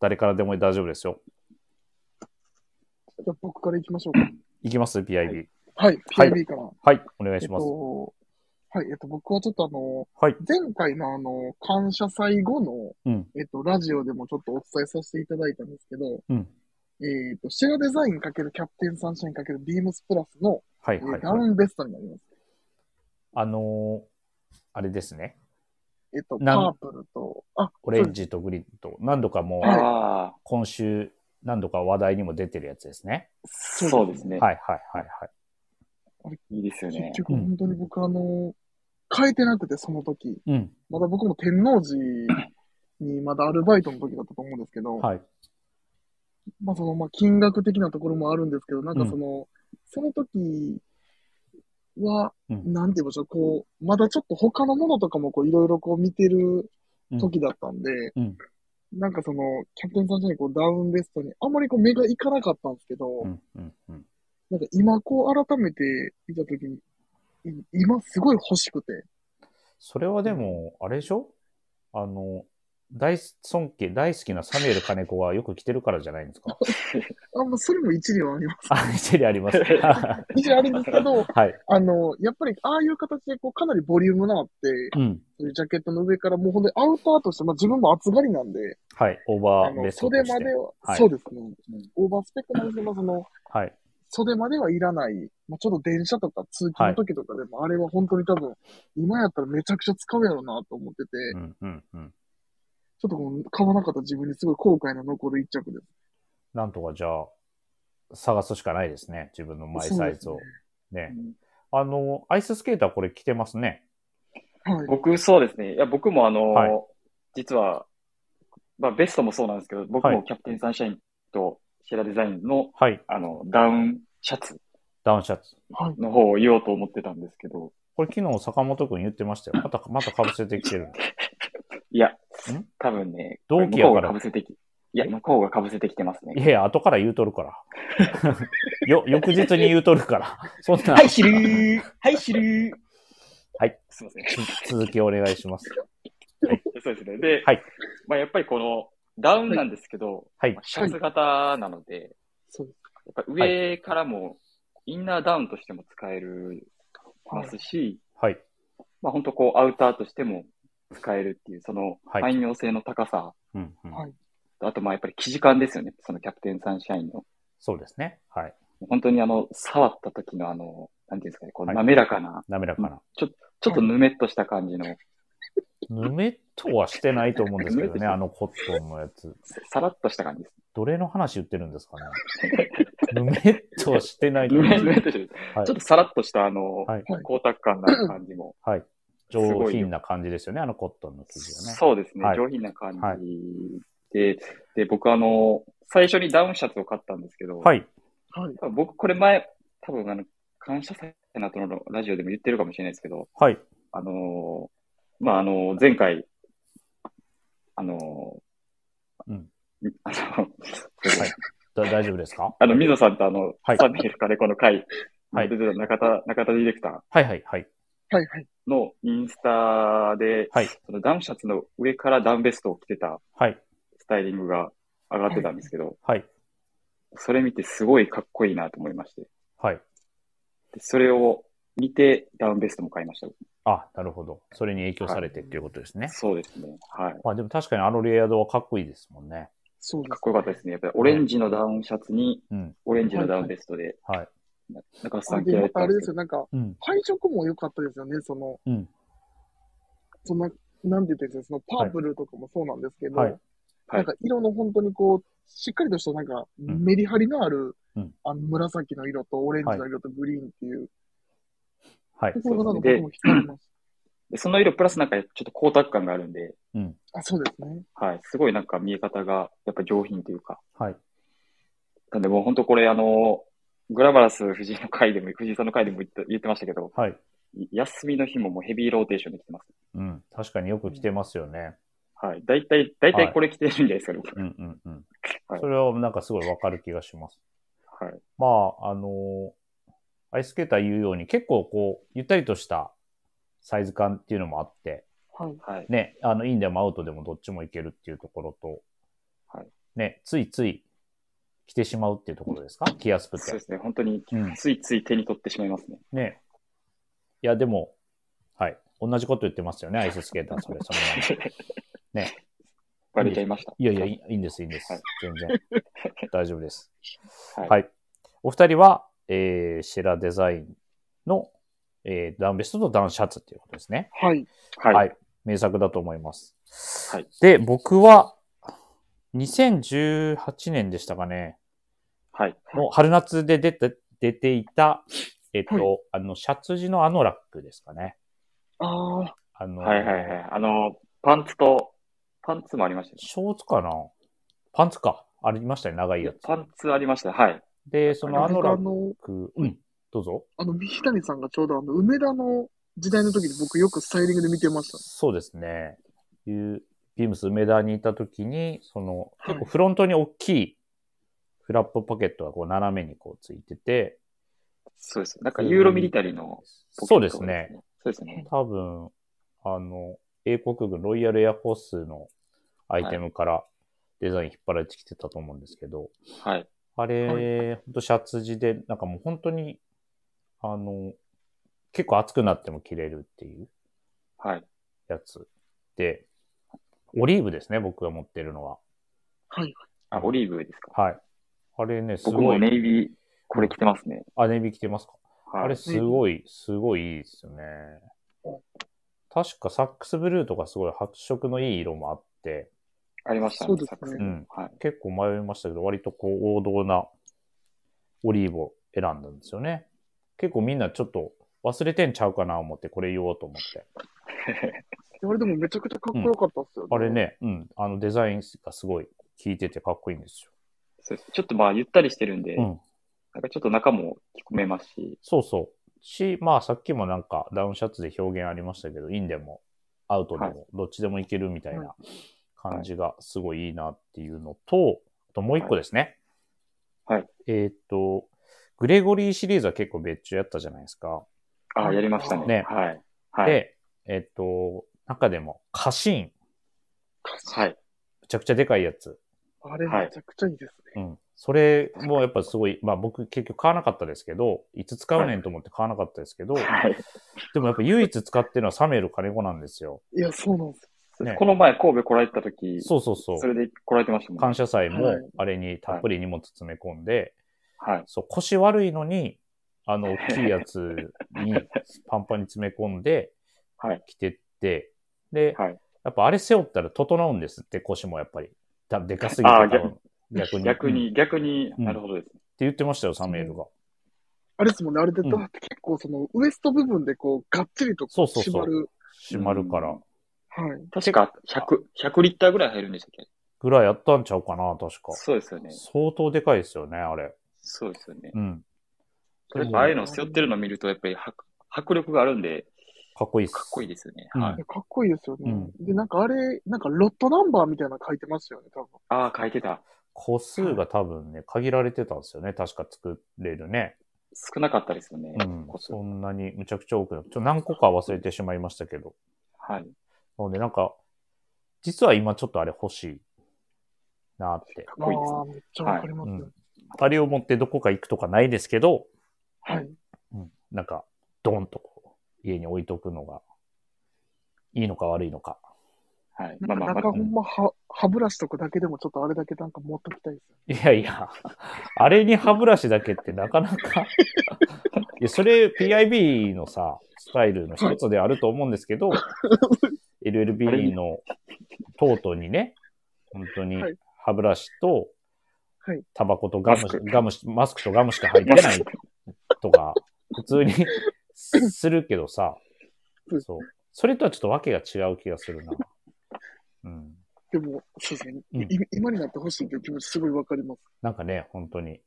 Speaker 1: 誰からでも大丈夫ですよ。
Speaker 2: じゃあ僕から行きましょうか。
Speaker 1: いきます ?PIB。
Speaker 2: はい。
Speaker 1: はい
Speaker 2: PIB から。
Speaker 1: はい。お願いし
Speaker 2: えっ
Speaker 1: ます。
Speaker 2: と、はい、えっと、僕はちょっとあの、
Speaker 1: はい
Speaker 2: 前回のあの、感謝祭後の、
Speaker 1: うん
Speaker 2: えっと、ラジオでもちょっとお伝えさせていただいたんですけど、
Speaker 1: うん。
Speaker 2: えっと、シェアデザインかけるキャプテンサンシャインかけるビームスプラスの、
Speaker 1: はい
Speaker 2: えー
Speaker 1: はい、
Speaker 2: ダ
Speaker 1: は
Speaker 2: ウ
Speaker 1: い。
Speaker 2: ンベストになります。
Speaker 1: あのーあれですね。
Speaker 2: えっと、
Speaker 1: なん
Speaker 2: パープルと、あ、
Speaker 1: オレンジとグリッド。何度かも、
Speaker 2: はいう
Speaker 3: ああ、
Speaker 1: 今週、何度か話題にも出てるやつですね。
Speaker 3: そうですね。
Speaker 1: はいはいはいはい。
Speaker 3: いいですよ
Speaker 2: そうです
Speaker 3: ね
Speaker 2: 結。局本当に僕、あの、変えてなくて、その時。
Speaker 1: うん。
Speaker 2: まだ僕も天王寺にまだアルバイトの時だったと思うんですけど、
Speaker 1: はい。
Speaker 2: まあその、まあ金額的なところもあるんですけど、なんかその、その時は、
Speaker 1: うん
Speaker 2: なんて言いましょう、こう、まだちょっと他のものとかもこういろいろこう見てる
Speaker 1: うん
Speaker 2: 時だったんで、
Speaker 1: うん
Speaker 2: なんかその、キャプテンさんじゃないこうダウンベストにあんまりこう目がいかなかったんですけど、
Speaker 1: うんうんうん。
Speaker 2: なんか今こう改めて見た時に、い今すごい欲しくて、
Speaker 1: それはでも、あれでしょあの、大尊敬、大好きなサミュエル金子がよく来てるからじゃないんですか
Speaker 2: あまあそれも一理はあります。
Speaker 1: あ、一理あります。 は
Speaker 2: 一理あるんですけど、
Speaker 1: い。
Speaker 2: あの、やっぱりああいう形でこうかなりボリュームのあって、
Speaker 1: うん。
Speaker 2: そういうジャケットの上から、もうほんでアウターとして、まあ自分も厚がりなんで、
Speaker 1: はい。オー
Speaker 2: あ
Speaker 1: バーベ
Speaker 2: の、
Speaker 1: ストと
Speaker 2: 袖
Speaker 1: して。
Speaker 2: までは、
Speaker 1: はい
Speaker 2: そうですね、オーバースペックなんですけど、その、
Speaker 1: はい。
Speaker 2: 袖まではいらない、まあちょっと電車とか通勤の時とかでも、あれは本当に多分、今やったらめちゃくちゃ使うやろうなと思ってて、
Speaker 1: うんうんうん。
Speaker 2: ちょっとこの買わなかった自分にすごい後悔の残る一着です。
Speaker 1: なんとかじゃあ、探すしかないですね。自分のマイサイズを。
Speaker 2: そう
Speaker 1: ね
Speaker 3: うん
Speaker 1: あの、アイススケーターこれ着てますね。
Speaker 2: はい。
Speaker 3: 僕、そうですね。いや、僕もあの、
Speaker 1: はい
Speaker 3: 実は、まあ、ベストもそうなんですけど、僕
Speaker 1: はい
Speaker 3: もキャプテンサンシャインとシェラデザインの、
Speaker 1: はい。
Speaker 3: あの、ダウンシャツ
Speaker 1: ダウンシャツ。
Speaker 2: はい。
Speaker 3: の方を言おうと思ってたんですけど、
Speaker 1: これ昨日坂本くん言ってましたよ。また、また被せてきてる。
Speaker 3: いや、多分ね、
Speaker 1: 同期やから
Speaker 3: 向こうが被せてき、いや、向こうがかぶせてきてます
Speaker 1: い
Speaker 3: ね。
Speaker 1: やいや、後から言うとるから。 よ、翌日に言うとるから。そんな、
Speaker 3: は い、知るーはい、知るー
Speaker 1: はい。
Speaker 3: すいません。
Speaker 1: つ続きお願いします。
Speaker 3: そうですね。で、
Speaker 1: はい
Speaker 3: まあ、やっぱりこの、ダウンなんですけど、
Speaker 1: はい
Speaker 3: まあ。シャツ型なので、
Speaker 2: そう
Speaker 3: やっぱ上からも、インナーダウンとしても使える、ますし、
Speaker 1: はい。
Speaker 3: まあ、本当こう、アウターとしても使えるっていう、その、
Speaker 1: はい
Speaker 3: 汎用性の高さ、
Speaker 1: うん、うん。
Speaker 2: はい
Speaker 3: あと、まあ、やっぱり生地感ですよね。そのキャプテンサンシャインの。
Speaker 1: そうですね。はい。
Speaker 3: 本当にあの、触った時のあの、なんていうんですかね、こう、
Speaker 1: はい
Speaker 3: 滑らかな、
Speaker 1: 滑らかな。
Speaker 3: ちょっとぬめっとした感じの、
Speaker 1: ぬめっとはしてないと思うんですけど ね、あのコットンのやつ。
Speaker 3: ささらっとした感じです。
Speaker 1: どれの話言ってるんですかね。ぬめっとはしてないと
Speaker 3: ぬ
Speaker 1: 思うん
Speaker 3: め
Speaker 1: です
Speaker 3: ぬ
Speaker 1: け
Speaker 3: め
Speaker 1: ど
Speaker 3: っとしてる。
Speaker 1: はい
Speaker 3: ちょっとさらっとしたあの、
Speaker 1: はい
Speaker 3: 光沢感のある感じも、
Speaker 1: はい。
Speaker 3: すごいよ
Speaker 1: 上品な感じですよね、あのコットンの生地はね。
Speaker 3: そうですね、
Speaker 1: はい
Speaker 3: 上品な感じ
Speaker 1: はい
Speaker 3: で、で、僕あの、最初にダウンシャツを買ったんですけど、
Speaker 1: はい。
Speaker 2: はい。
Speaker 3: 多分僕これ前、多分あの、感謝祭の後のラジオでも言ってるかもしれないですけど、
Speaker 1: はい。
Speaker 3: あのーまあ、あのー前回、あのー
Speaker 1: うん
Speaker 3: あの、
Speaker 1: だ大丈夫ですか
Speaker 3: あの、水野さんとあの、
Speaker 1: はい
Speaker 3: サンデーですかね、この回、
Speaker 1: はい
Speaker 3: 出てた中田、中田ディレクタ
Speaker 1: はいはいはい。
Speaker 2: はい、はい。
Speaker 3: ーのインスタで、
Speaker 1: はい
Speaker 3: そのダウンシャツの上からダウンベストを着てた
Speaker 1: はい。
Speaker 3: スタイリングが上がってたんですけど、
Speaker 1: はい。
Speaker 3: それ見てすごいかっこいいなと思いまして、
Speaker 1: はい。
Speaker 3: でそれを見てダウンベストも買いました。
Speaker 1: あ、なるほど。それに影響されてっていうことですね。
Speaker 3: そうですね。はい。
Speaker 1: まあでも確かにあのレイヤードはかっこいいですもんね。
Speaker 2: そうです。
Speaker 3: かっこよかったですね。やっぱりオレンジのダウンシャツに
Speaker 1: うん。
Speaker 3: オレンジのダウンベストで、
Speaker 1: はい。
Speaker 3: な中田さ
Speaker 2: あ
Speaker 3: ん着
Speaker 2: で、ま
Speaker 3: られて
Speaker 2: た
Speaker 3: た
Speaker 2: あ
Speaker 3: んで
Speaker 2: れで
Speaker 3: すけ
Speaker 2: す
Speaker 3: ど
Speaker 2: よ、なんか、
Speaker 1: うん。
Speaker 2: 配色も良かったですよね、その、
Speaker 1: うん。
Speaker 2: そんな、なんて言ってんですか、そのパープルとかもそうなんですけど、
Speaker 1: はい
Speaker 3: は
Speaker 2: ないんか色の本当にこう、しっかりとしたなんか、
Speaker 1: ん
Speaker 2: メリハリのある、
Speaker 1: うん
Speaker 2: あの紫の色とオレンジの色とグリーンっていう、
Speaker 1: はい
Speaker 2: と。ころがなん
Speaker 3: そう
Speaker 2: か
Speaker 3: ですね
Speaker 2: 僕も惹かれまし
Speaker 3: でその色プラスなんかちょっと光沢感があるんで、
Speaker 1: うん。
Speaker 2: た。あ、そうですね。
Speaker 3: はい。すごいなんか見え方がやっぱ上品というか。
Speaker 1: はい。
Speaker 3: なんでもう本当これあの、グラマラス藤井の回でも、藤井さんの回でも言って言ってましたけど、
Speaker 1: はい。
Speaker 3: い休みの日ももうヘビーローテーションで来てます。
Speaker 1: うん。確かによく着てますよね。
Speaker 3: はい。大体、大
Speaker 1: はい
Speaker 3: 体これ着てるんじゃないですかね、
Speaker 1: うんうんうん
Speaker 3: はい。
Speaker 1: それはなんかすごいわかる気がします。
Speaker 3: 僕はい。
Speaker 1: まあ、あのアイススケーター言うように結構こう、ゆったりとしたサイズ感っていうのもあって、
Speaker 2: はい。
Speaker 3: はい。
Speaker 1: ね、あの、インでもアウトでもどっちもいけるっていうところと、
Speaker 3: はい
Speaker 1: ね、ついつい着てしまうっていうところですか着やすく
Speaker 3: そうで
Speaker 1: て。
Speaker 3: すね。本当に
Speaker 1: うん。
Speaker 3: ついつい手に取ってしまいますね。
Speaker 1: ね。いや、でも、はい。同じこと言ってますよね、アイススケーター、それ、そのまま。
Speaker 3: バレちゃいました。
Speaker 1: いやいや、いいいんです、いいんで
Speaker 3: はい
Speaker 1: す。全 然。大丈夫です。
Speaker 3: はい
Speaker 1: はい。お二人は、えー、シェラデザインの、えー、ダウンベストとダウンシャツっていうことですね。
Speaker 2: はい。
Speaker 3: はい。
Speaker 1: はい名作だと思います。
Speaker 3: はい
Speaker 1: で、僕は、2018年でしたかね、
Speaker 3: はい。
Speaker 1: の春夏で出て、出ていた、えっと、
Speaker 2: は
Speaker 1: あの、シャツ地のあのラックですかね。
Speaker 2: ああ、
Speaker 1: あの、
Speaker 3: はいはいはい。あの、パンツと、パンツもありましたね
Speaker 1: ショーツかなパンツか。ありましたね、長い
Speaker 3: いや
Speaker 1: やつ。
Speaker 3: パンツありました。はい。
Speaker 1: で、そのあ
Speaker 2: あ
Speaker 1: の
Speaker 2: の、
Speaker 1: ラ
Speaker 2: あ
Speaker 1: ッ
Speaker 2: の、
Speaker 1: ク、うん、どうぞ。
Speaker 2: あの、三木谷さんがちょうどあの、梅田の時代の時に僕よくスタイリングで見てました。
Speaker 1: そうですね。いうビームス梅田にいたときに、その、
Speaker 2: はい
Speaker 1: 結構フロントに大きいフラップポケットがこう斜めにこうついてて、
Speaker 3: そうです。なんかユーロミリタリーのポケ
Speaker 1: そうで
Speaker 3: ット
Speaker 1: す
Speaker 3: が
Speaker 1: ね。。
Speaker 3: そうですね。
Speaker 1: 多分、あの、英国軍ロイヤルエアフォースのアイテムからデザイン引っ張られてきてたと思うんですけど、
Speaker 3: はい。
Speaker 1: あれ、ほんとシャツ地で、なんかもう本当に、あの、結構暑くなっても着れるっていう
Speaker 3: はい。
Speaker 1: やつで、オリーブですね、僕が持ってるのは。
Speaker 2: はい。
Speaker 3: あ、オリーブですか。
Speaker 1: はい。あれね、す
Speaker 3: 僕
Speaker 1: ご
Speaker 3: も
Speaker 1: い。
Speaker 3: ネイビー、これ着てますね。
Speaker 1: あ、ネイビー着てますか。
Speaker 3: はい。
Speaker 1: あれ、すごい、すごいいいですよね。確かサックスブルーとかすごい発色のいい色もあって、
Speaker 3: ありました
Speaker 2: そ
Speaker 3: ね
Speaker 2: うですね、
Speaker 3: 作
Speaker 1: う
Speaker 3: 戦。
Speaker 1: ん。
Speaker 3: はい。
Speaker 1: 結構迷いましたけど、割とこう王道なオリーブを選んだんですよね。結構みんなちょっと忘れてんちゃうかな思って、これ言おうと思って。
Speaker 2: あれでもめちゃくちゃかっこよかったっすよ、
Speaker 1: あれ。ね、うん。あのデザインがすごい効いててかっこいいんですよ。
Speaker 3: そうですちょっとまあ、ゆったりしてるんで、
Speaker 1: うん。
Speaker 3: なんかちょっと中も着込めますし、
Speaker 1: そうそう。し、まあさっきもなんかダウンシャツで表現ありましたけど、インでもアウトで
Speaker 3: はい
Speaker 1: もどっちでもいけるみたいな感じがすごいいいなっていうのと、あともう一個ですね。
Speaker 3: はいはい
Speaker 1: えーっと、グレゴリーシリーズは結構別注やったじゃないですか。
Speaker 3: あ、やりましたね。
Speaker 1: ね
Speaker 3: はい。はい。
Speaker 1: で、えっと、中でも、カシーン。
Speaker 3: はい。
Speaker 1: めちゃくちゃでかいやつ。
Speaker 2: あれ
Speaker 3: はい
Speaker 2: めちゃくちゃいいですね。
Speaker 1: うん。それもやっぱすごい、まあ僕結局買わなかったですけど、いつ使うねんと思って買わなかったですけど、
Speaker 3: はい。
Speaker 1: でもやっぱ唯一使ってるのはサメル金子なんですよ。
Speaker 2: いや、そうなんですよ。
Speaker 1: ね
Speaker 3: この前神戸来られた時、
Speaker 1: そうそうそう。
Speaker 3: それで来られてましたもんね。
Speaker 1: 感謝祭も
Speaker 2: はい
Speaker 1: あれにたっぷり荷物詰め込んで、
Speaker 3: はい。
Speaker 1: そう、腰悪いのに、あの、大きいやつ にパンパンに詰め込んで、
Speaker 3: はい
Speaker 1: 着てって、で、
Speaker 3: はい
Speaker 1: やっぱあれ背負ったら整うんですって、腰もやっぱり。だでかすぎて
Speaker 3: あー
Speaker 1: 多分逆に。
Speaker 3: 逆
Speaker 1: うんって
Speaker 3: に、逆に、
Speaker 1: うん
Speaker 3: なるほどです。
Speaker 1: 言ってましたよ、サメールが。
Speaker 2: あれですもんね、あれで
Speaker 1: うん
Speaker 2: だって結構そのウエスト部分でこう、がっちりとこ
Speaker 1: そう
Speaker 2: う
Speaker 1: そうそう
Speaker 2: 縛る。
Speaker 1: 閉まるから。
Speaker 2: はい。
Speaker 3: 確か、100、100リッターぐらい入るんでしたっけ
Speaker 1: ぐらいやったんちゃうかな、確か。
Speaker 3: そうですよね。
Speaker 1: 相当でかいですよね、あれ。
Speaker 3: そうですよね。
Speaker 1: うん。
Speaker 3: やっぱああいうのを背負ってるのを見ると、やっぱり迫迫力があるんで、
Speaker 1: かっこいいっす。
Speaker 3: かっこいいですよね。
Speaker 1: うん
Speaker 3: はい。
Speaker 2: かっこいいですよね。で、なんかあれ、なんかロットナンバーみたいなの書いてますよね、多分。
Speaker 3: ああ、書いてた。
Speaker 1: 個数が多分ね、限られてたんですよね。確か作れるね。
Speaker 3: 少なかったですよね。
Speaker 1: うん
Speaker 3: こ。そ
Speaker 1: そんなにむちゃくちゃ多くなちょっと何個か忘れてしまいましたけど。
Speaker 3: はい。
Speaker 1: なので、なんか、実は今ちょっとあれ欲しいなって。
Speaker 3: かっこいいです
Speaker 2: あ
Speaker 3: ね。
Speaker 2: あ、めっちゃわかりますね。
Speaker 1: あれを持ってどこか行くとかないですけど、
Speaker 2: はい。
Speaker 1: うん、なんか、ドンとこう家に置いとくのが、いいのか悪いのか。
Speaker 3: はい。ま
Speaker 2: な
Speaker 3: あ
Speaker 2: ん
Speaker 3: ま
Speaker 2: か中
Speaker 3: あ、まあ
Speaker 2: ほんまは歯ブラシとかだけでもちょっとあれだけなんか持っときたいですよね。
Speaker 1: いやいや、あれに歯ブラシだけってなかなか、いや、それ PIB のさ、スタイルの一つであると思うんですけど、LLB のトートにね、本当に
Speaker 2: はい
Speaker 1: 歯ブラシと
Speaker 2: はい、
Speaker 1: タバコとガム
Speaker 3: マスク
Speaker 1: ガムし、マスクとガムしか入ってないと か、普通にするけどさ、
Speaker 2: そう
Speaker 1: そう。それとはちょっと訳が違う気がするな。うん。
Speaker 2: でも、そうですね。
Speaker 1: うん
Speaker 2: い今になってほしいという気持ちすごいわかります。
Speaker 1: なんかね、本当に、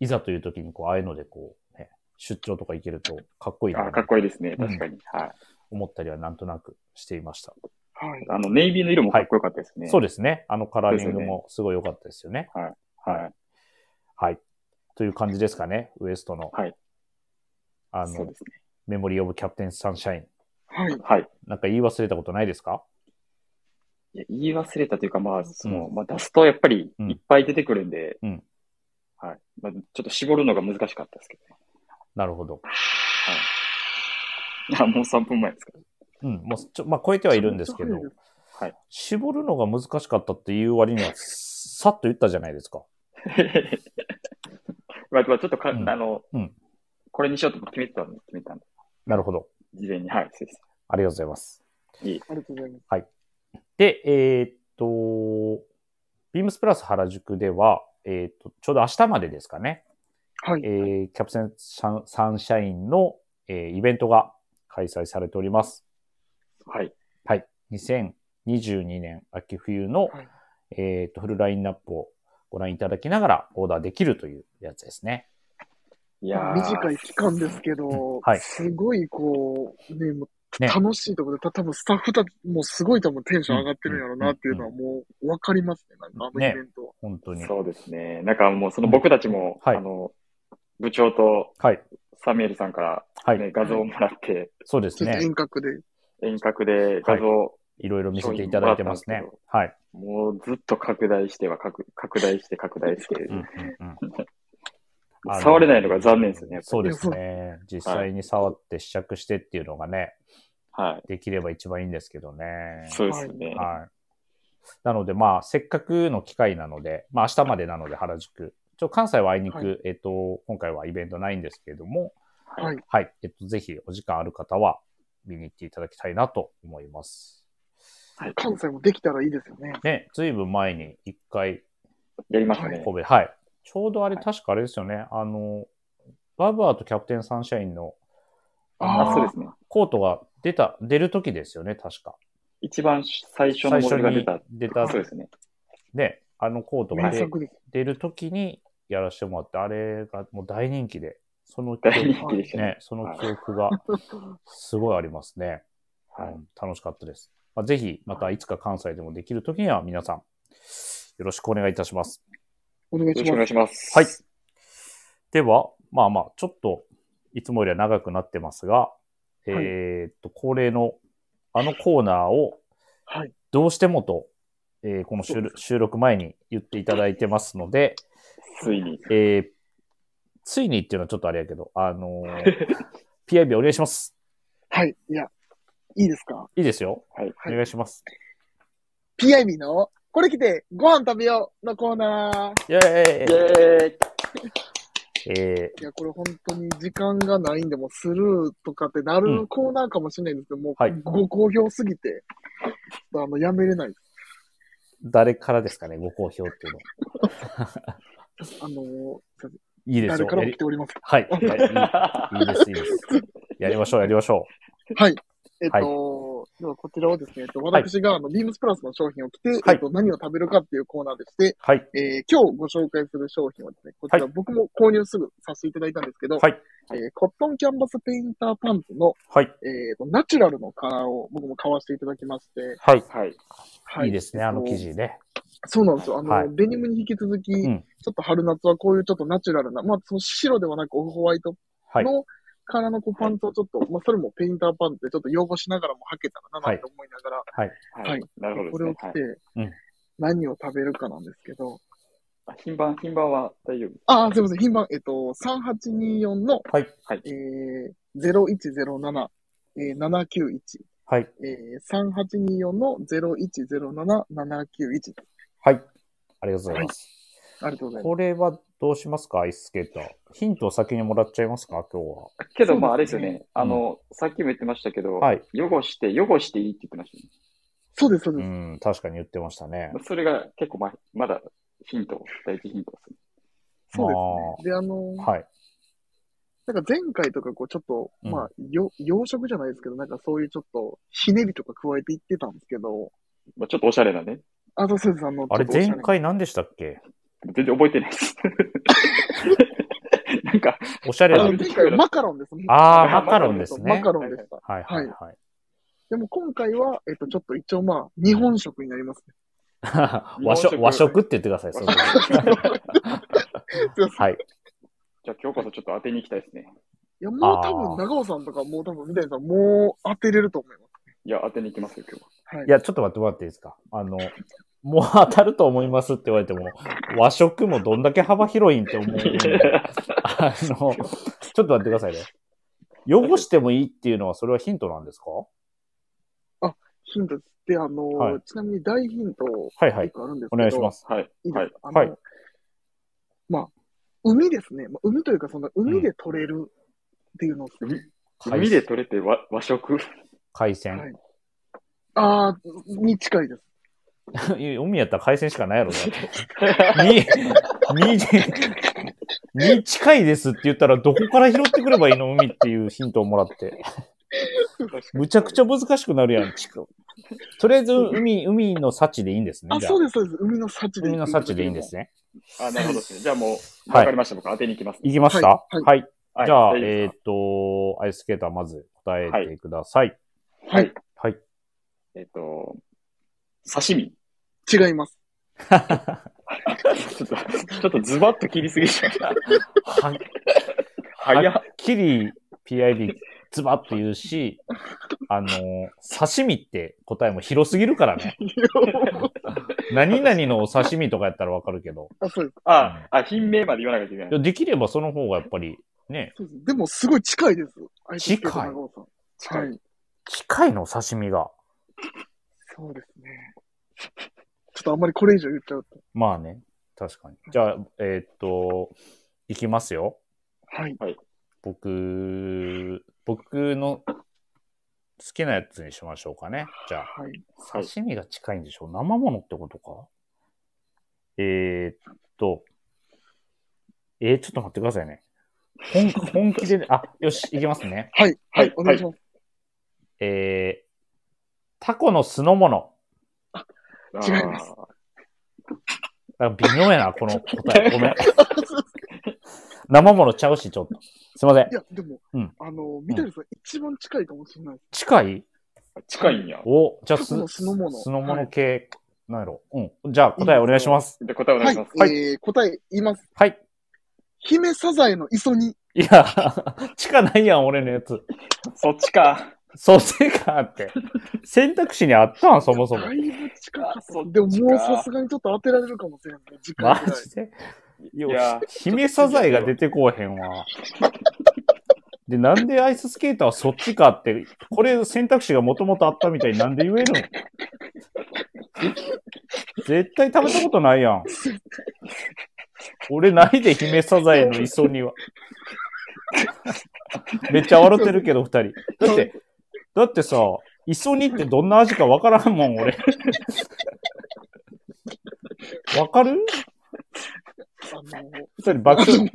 Speaker 1: いざという時に、こう、ああいうので、こう、ね、出張とか行けると、かっこいい
Speaker 3: あ
Speaker 1: な
Speaker 3: あ、かっ
Speaker 1: と
Speaker 3: こいいですね。
Speaker 1: うん
Speaker 3: 確かに。はい。
Speaker 1: 思ったりは、なんとなくしていました。
Speaker 2: はい。
Speaker 3: あの、ネイビーの色もかっこよかったですね。
Speaker 1: そう
Speaker 3: で
Speaker 1: ですね。あのカラーリン
Speaker 3: そう
Speaker 1: グ
Speaker 3: ですよ
Speaker 1: もすごい良かったですよね。
Speaker 3: す。はい。
Speaker 1: はい。という感じですかね、ウエストの。
Speaker 3: はい
Speaker 1: あ
Speaker 3: そう
Speaker 1: の
Speaker 3: で、すね。
Speaker 1: メモリーオブキャプテンサンシャイン。
Speaker 2: はい。
Speaker 3: はい。
Speaker 1: なんか言い忘れたことないですか
Speaker 3: いや言い忘れたというか、まあ、その、
Speaker 1: う
Speaker 3: まあ、出すとやっぱり
Speaker 1: うん
Speaker 3: いっぱい出てくるんで、
Speaker 1: うん
Speaker 3: はい。まあ、ちょっと絞るのが難しかったですけどね。
Speaker 1: なるほど。
Speaker 3: あ、もう3分前ですか。
Speaker 1: うん。もう、ちょ、まあ、超えてはいるんですけど
Speaker 2: めっちゃ早い、
Speaker 3: はい
Speaker 1: 絞るのが難しかったっていう割には、さっと言ったじゃないですか。
Speaker 3: まあ、まあちょっとか、
Speaker 1: うん
Speaker 3: あの、
Speaker 1: うん
Speaker 3: これにしようと決めてたんで、決めてたんで、
Speaker 1: なるほど。
Speaker 3: 事前に。はい、そうです。
Speaker 1: ありがとうございます。
Speaker 2: ありがとうございます。
Speaker 1: で、えーっと、ビームスプラス原宿では、えーっと、ちょうど明日までですかね、
Speaker 2: はい。
Speaker 1: えーキャプテンサンサンシャインの、えーイベントが開催されております。
Speaker 3: はい。
Speaker 1: はい。2022年秋冬の、
Speaker 2: はい
Speaker 1: えーっと、フルラインナップをご覧いただきながらオーダーできるというやつですね。
Speaker 3: いやー
Speaker 2: 短い期間ですけど、
Speaker 1: はい
Speaker 2: すごいこう、ね、もう
Speaker 1: ね
Speaker 2: 楽しいところで、た多分スタッフたちもすごい多分テンション上がってるんやろうなっていうのはもう分かりますね、なんかあの
Speaker 1: ね
Speaker 2: イベントは。
Speaker 1: 本当に。
Speaker 3: そうですね。なんかもう、その僕たちも、
Speaker 1: はい
Speaker 3: あの、部長と
Speaker 1: はい。
Speaker 3: サミュエルさんから、
Speaker 1: はい
Speaker 3: ね画像をもらって、
Speaker 1: そうです
Speaker 2: ちょっと
Speaker 1: ね。
Speaker 2: 遠隔で。
Speaker 3: 遠隔で画像、
Speaker 1: いろいろ見せていただいてますね
Speaker 3: 商品も。
Speaker 1: はい。
Speaker 3: もうずっと拡大しては拡、拡大して拡大して、
Speaker 1: うんうんうん
Speaker 3: もう触れないのが残念ですね。やっぱ
Speaker 1: そうです ね。実際に触って試着してっていうのがね、
Speaker 3: は
Speaker 1: できれば一番いいんですけどね。
Speaker 3: い。そうですね。
Speaker 1: はい。なので、まあ、せっかくの機会なので、まあ、明日までなので原宿。ちょ、関西はあいにく、
Speaker 2: はい
Speaker 1: えっと、今回はイベントないんですけれども、
Speaker 2: はい。
Speaker 1: はい。えっと、ぜひお時間ある方は見に行っていただきたいなと思います。
Speaker 3: はい
Speaker 2: 関西もできたらいいですよね。
Speaker 1: ね、ずいぶん前に一回、
Speaker 3: やりましたね。
Speaker 1: 神戸、はい。ちょうどあれ、確かあれですよね。あの、バブアーとキャプテンサンシャインの
Speaker 2: あ
Speaker 3: あ、
Speaker 2: ー
Speaker 3: そうですね。
Speaker 1: コートが出た、出る時ですよね、確か。
Speaker 3: 一番最初の
Speaker 1: 最
Speaker 3: モ
Speaker 1: 初
Speaker 3: デルが出
Speaker 1: に
Speaker 3: た。
Speaker 1: 出た
Speaker 3: そうですね。
Speaker 1: ね、あのコートが
Speaker 2: 名
Speaker 1: 出
Speaker 2: 作です。
Speaker 1: 出るときにやらせてもらって、あれがもう大人気で、その記
Speaker 3: 大
Speaker 1: 憶、
Speaker 3: 人気でしたね。
Speaker 1: ね、その記憶がすごいありますね。
Speaker 3: はい
Speaker 1: うん楽しかったです。まあ、ぜひ、またいつか関西でもできるときには皆さん、よろしくお願いいたします。
Speaker 2: お願い
Speaker 3: ろ
Speaker 2: し
Speaker 3: しくお願
Speaker 2: ま
Speaker 3: い
Speaker 2: す。
Speaker 3: します。
Speaker 1: はい。では、まあまあ、ちょっと、いつもよりは長くなってますが、えーっと、恒例のあのコーナーを
Speaker 2: はい、
Speaker 1: どうしてもと、えーこの収録収録前に言っていただいてますので、
Speaker 3: ついに。
Speaker 1: えーついにっていうのはちょっとあれやけど、あの ー、PIB お願いします。
Speaker 2: はい。いや、いいですか
Speaker 1: いいですよ。
Speaker 3: はい。
Speaker 1: お願いします。
Speaker 2: ?PIB の、これ来てご飯食べようのコーナー。
Speaker 1: イェ
Speaker 3: イ
Speaker 1: ーイ
Speaker 3: ェーイ
Speaker 1: え
Speaker 2: いや、これ本当に時間がないんで、もうスルーとかってな
Speaker 1: う
Speaker 2: るコーナーかもしれないですけど、もう
Speaker 1: はい
Speaker 2: ご好評すぎて、ちょっとあの、やめれない。
Speaker 1: ー誰からですかね、ご好評っていうの。
Speaker 2: あのー、
Speaker 1: いいです
Speaker 2: 誰
Speaker 1: よ
Speaker 2: か。ら
Speaker 1: や
Speaker 2: も
Speaker 1: り
Speaker 2: 来ております。
Speaker 1: はい。いいいいです、いいです。やりましょう、やりましょ
Speaker 2: はい。えっと、ではこちらをですね、えっと、
Speaker 1: はい
Speaker 2: 私があの、ビームスプラスの商品を着て、
Speaker 1: はい
Speaker 2: えっと、何を食べるかっていうコーナーでして、
Speaker 1: う。はい。
Speaker 2: えー今日ご紹介する商品はですね、こちら
Speaker 1: は
Speaker 2: 僕も購入すぐさせていただいたんですけど、
Speaker 1: はい。
Speaker 2: えーコットンキャンバスペインターパンツの、
Speaker 1: はい。
Speaker 2: えーと、ナチュラルのカラーを僕も買わせていただきまして、
Speaker 1: はい。
Speaker 3: はい。
Speaker 2: はい
Speaker 1: いですね、あの記。事ね。
Speaker 2: そうなんですよ。あの、
Speaker 1: はい
Speaker 2: デニムに引き続き、
Speaker 1: ん
Speaker 2: ちょっと春夏はこういうちょっとナチュラルな、まあ、その白ではなくオフホワイト
Speaker 1: はい。
Speaker 2: のカラーのこうパンツをちょっと、まあ、それもペインターパンツでちょっと擁護しながらも履けたらな、
Speaker 1: はい
Speaker 2: なんて思いながら、
Speaker 3: はい。なるほ
Speaker 2: これ
Speaker 3: どで
Speaker 2: を
Speaker 3: すね
Speaker 2: 着て、
Speaker 1: はいうん
Speaker 2: 何を食べるかなんですけど、
Speaker 3: はい。あ品番、品番は大丈夫。
Speaker 2: ああ、すいません、品番、えっと、3824の、
Speaker 1: はい。
Speaker 2: えー、0107、えー、791、
Speaker 1: はい。
Speaker 2: えー、3824の0107、791。
Speaker 1: はい。ありがとうございます。
Speaker 2: ありがとうございます。
Speaker 1: これはどうしますか、アイススケーター。ヒントを先にもらっちゃいますか、今日は。
Speaker 3: け
Speaker 2: そうです
Speaker 3: ど、
Speaker 2: ね
Speaker 3: まあ、あれですよね。あの、さっきも言ってましたけど、
Speaker 1: はい。
Speaker 3: 汚して、汚していいって言ってましたね。
Speaker 2: そうです、そう
Speaker 1: う
Speaker 2: です。
Speaker 1: ん、確かに言ってましたね
Speaker 3: ま。あそれが結構ま、まだヒント、第一ヒントですね。
Speaker 2: そうですね。で、あの、
Speaker 1: はい。
Speaker 2: なんか前回とか、こう、ちょっと、
Speaker 1: うん
Speaker 2: まあ、よ、洋食じゃないですけど、なんかそういうちょっと、ひねりとか加えていってたんですけど、
Speaker 3: まあ、ちょっとおしゃれなね。
Speaker 2: あ、そうそうです、あの、
Speaker 1: あれ、
Speaker 2: ちょっとおしゃ
Speaker 1: 前回何でしたっけ
Speaker 3: 全然覚えてな いです。なんか、
Speaker 1: おしゃれ
Speaker 2: あ
Speaker 1: な
Speaker 2: の。
Speaker 3: 前
Speaker 2: 前回マカロンですね。
Speaker 1: あ
Speaker 3: ーマカロン
Speaker 1: ですね
Speaker 2: マカロンでした。
Speaker 1: はいはいはい。
Speaker 2: でも今回は、えっと、ちょっと一応まあ、日本食になりますね。
Speaker 1: 和食、和食って言ってください。そうそうそうはい。
Speaker 3: じゃあ今日こそちょっと当てに行きたいですね。
Speaker 2: いや、もう
Speaker 1: あー
Speaker 2: 多分、長尾さんとか、もう多分、三谷さん、もう当てれると思いま
Speaker 3: いや、当てに行きますよ、今日は。
Speaker 2: す。はい。
Speaker 1: いや、ちょっと待ってもらっていいですか。あの、もう当たると思いますって言われても、和食もどんだけ幅広いんって思うんで、あの、ちょっと待ってくださいね。汚してもいいっていうのは、それはヒントなんですか
Speaker 2: ヒントです。で、あのー
Speaker 1: はい
Speaker 2: ちなみに大ヒント、
Speaker 1: はいはい
Speaker 2: 一個あるんですけ
Speaker 1: お
Speaker 2: ど、。
Speaker 1: 願いしますす。
Speaker 3: はい。
Speaker 2: いいです
Speaker 3: はい。
Speaker 2: か、
Speaker 1: はい
Speaker 2: あのまあ、海ですね。まあ、海というか、その、海で取れるっていうのを、
Speaker 3: 海で取れて和和食。
Speaker 1: 海
Speaker 2: は
Speaker 1: 鮮。
Speaker 2: いああ、に近いです。
Speaker 1: 海やったら海鮮しかないやろ、ね。に、にで、に近いですって言ったら、どこから拾ってくればいいの海っていうヒントをもらって。むちゃくちゃ難しくなるやん、ちくとりあえず、海、海の幸でいいんですね。
Speaker 2: あ、
Speaker 1: じゃ
Speaker 2: そうです、そうです。海の幸で
Speaker 1: 海の幸でいいんですね。
Speaker 3: あ、なるほどですね。じゃあもう、
Speaker 1: はい
Speaker 3: わかりました。僕当てに行きます。
Speaker 1: いきましたは
Speaker 2: はいい。
Speaker 3: はい
Speaker 1: じゃあ、
Speaker 3: 大丈夫
Speaker 1: え
Speaker 3: で
Speaker 1: ー
Speaker 3: す
Speaker 1: っと、アイススケーターまず答えてください。
Speaker 3: かはい。
Speaker 1: はい。
Speaker 3: えっと、刺身。
Speaker 2: 違います。
Speaker 3: ちょっと、ちょっとズバッと切りすぎちゃった。
Speaker 1: はっ
Speaker 3: 早っ。
Speaker 1: きり PID ズバッと言うし、あの、刺身って答えも広すぎるからね。何々のお刺身とかやったらわかるけど、
Speaker 2: あ、そうです。
Speaker 3: あ、あ、品名まで言わなきゃいけない
Speaker 1: いや。できればその方がやっぱり、ね、
Speaker 2: そうです。でも、すごい近いです。愛知県
Speaker 1: 近い
Speaker 2: 長尾さん近い。
Speaker 1: 近いの刺身が。
Speaker 2: そうですね。ちょっとあんまりこれ以上言っちゃうと。
Speaker 1: まあね、確かに。じゃあ、えーっと、いきますよ。
Speaker 2: はい。
Speaker 1: 僕、僕の好きなやつにしましょうかね。じゃあ、
Speaker 2: はい。
Speaker 3: はい
Speaker 1: 刺身が近いんでしょう生物ってことかえー、っと、えー、ちょっと待ってくださいね。本本気で、あ、よし、いきますね。
Speaker 2: はい。
Speaker 3: は
Speaker 2: はいい。お願いします。
Speaker 1: えー、タコの酢の物。
Speaker 2: 違います
Speaker 3: あ
Speaker 1: あ微妙やな、この答え。ごめん。生物ちゃうし、ちょっと。すいません
Speaker 2: い。や、でも、
Speaker 1: うん
Speaker 2: あの、三谷さん、一番近いかもしれない。
Speaker 1: 近い
Speaker 3: 近いんや。
Speaker 1: お、じゃあす
Speaker 2: 過去の酢の物
Speaker 1: 酢の物系、なんやろ。うん。じゃあ答えお願いします。
Speaker 3: で、答えお願いします。
Speaker 1: は
Speaker 2: はいい。えー、答え言います。
Speaker 1: はい。
Speaker 2: 姫サザエの磯に。
Speaker 1: い や、地下ないやん、俺のやつ。
Speaker 3: そっちか。
Speaker 1: そう、せかって。選択肢にあったん、そもそも
Speaker 2: だ。いぶ近かった
Speaker 3: そっち か
Speaker 2: でももうさすがにちょっと当てられるかもしれない。時間
Speaker 1: マ
Speaker 2: ぐらい。
Speaker 1: ジで
Speaker 3: いや、
Speaker 1: 姫サザエが出てこうへんわ。で、なんでアイススケーターはそっちかって、これ選択肢がもともとあったみたいになんで言えるの絶対食べたことないやん。俺ないで、姫サザエの磯には。めっちゃ笑ってるけど、二人。だって、だってさ、磯にってどんな味かわからんもん、俺。わかる
Speaker 2: あのー
Speaker 1: それ爆笑、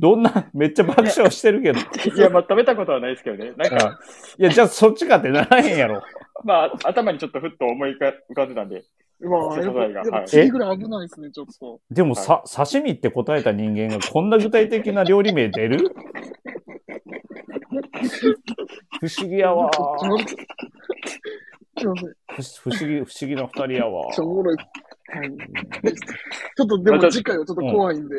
Speaker 1: どんな、めっちゃ爆笑してるけど。
Speaker 3: いや、まあ食べたことはないですけどね。なんか、
Speaker 1: いや、じゃあそっちかってならへんやろ。
Speaker 3: まあ頭にちょっとふっと思い浮か浮かんでたんで。
Speaker 2: うわぁ、
Speaker 3: サ
Speaker 2: やっ
Speaker 3: ザ
Speaker 2: ぱ
Speaker 3: エが
Speaker 2: やっぱ
Speaker 3: はい
Speaker 2: 次ぐらい危ないですね、ちょっと。
Speaker 1: でもさ、刺身って答えた人間がこんな具体的な料理名出る不思議やわ
Speaker 2: ちょっと
Speaker 1: ー。
Speaker 2: 待ってすいません。
Speaker 1: ふし不思議、不思議な二人やわ
Speaker 2: ちょ、おもろい。はい。ちょっとで
Speaker 3: まあ
Speaker 2: も
Speaker 3: じゃあ
Speaker 2: 次回はちょっと怖いんで、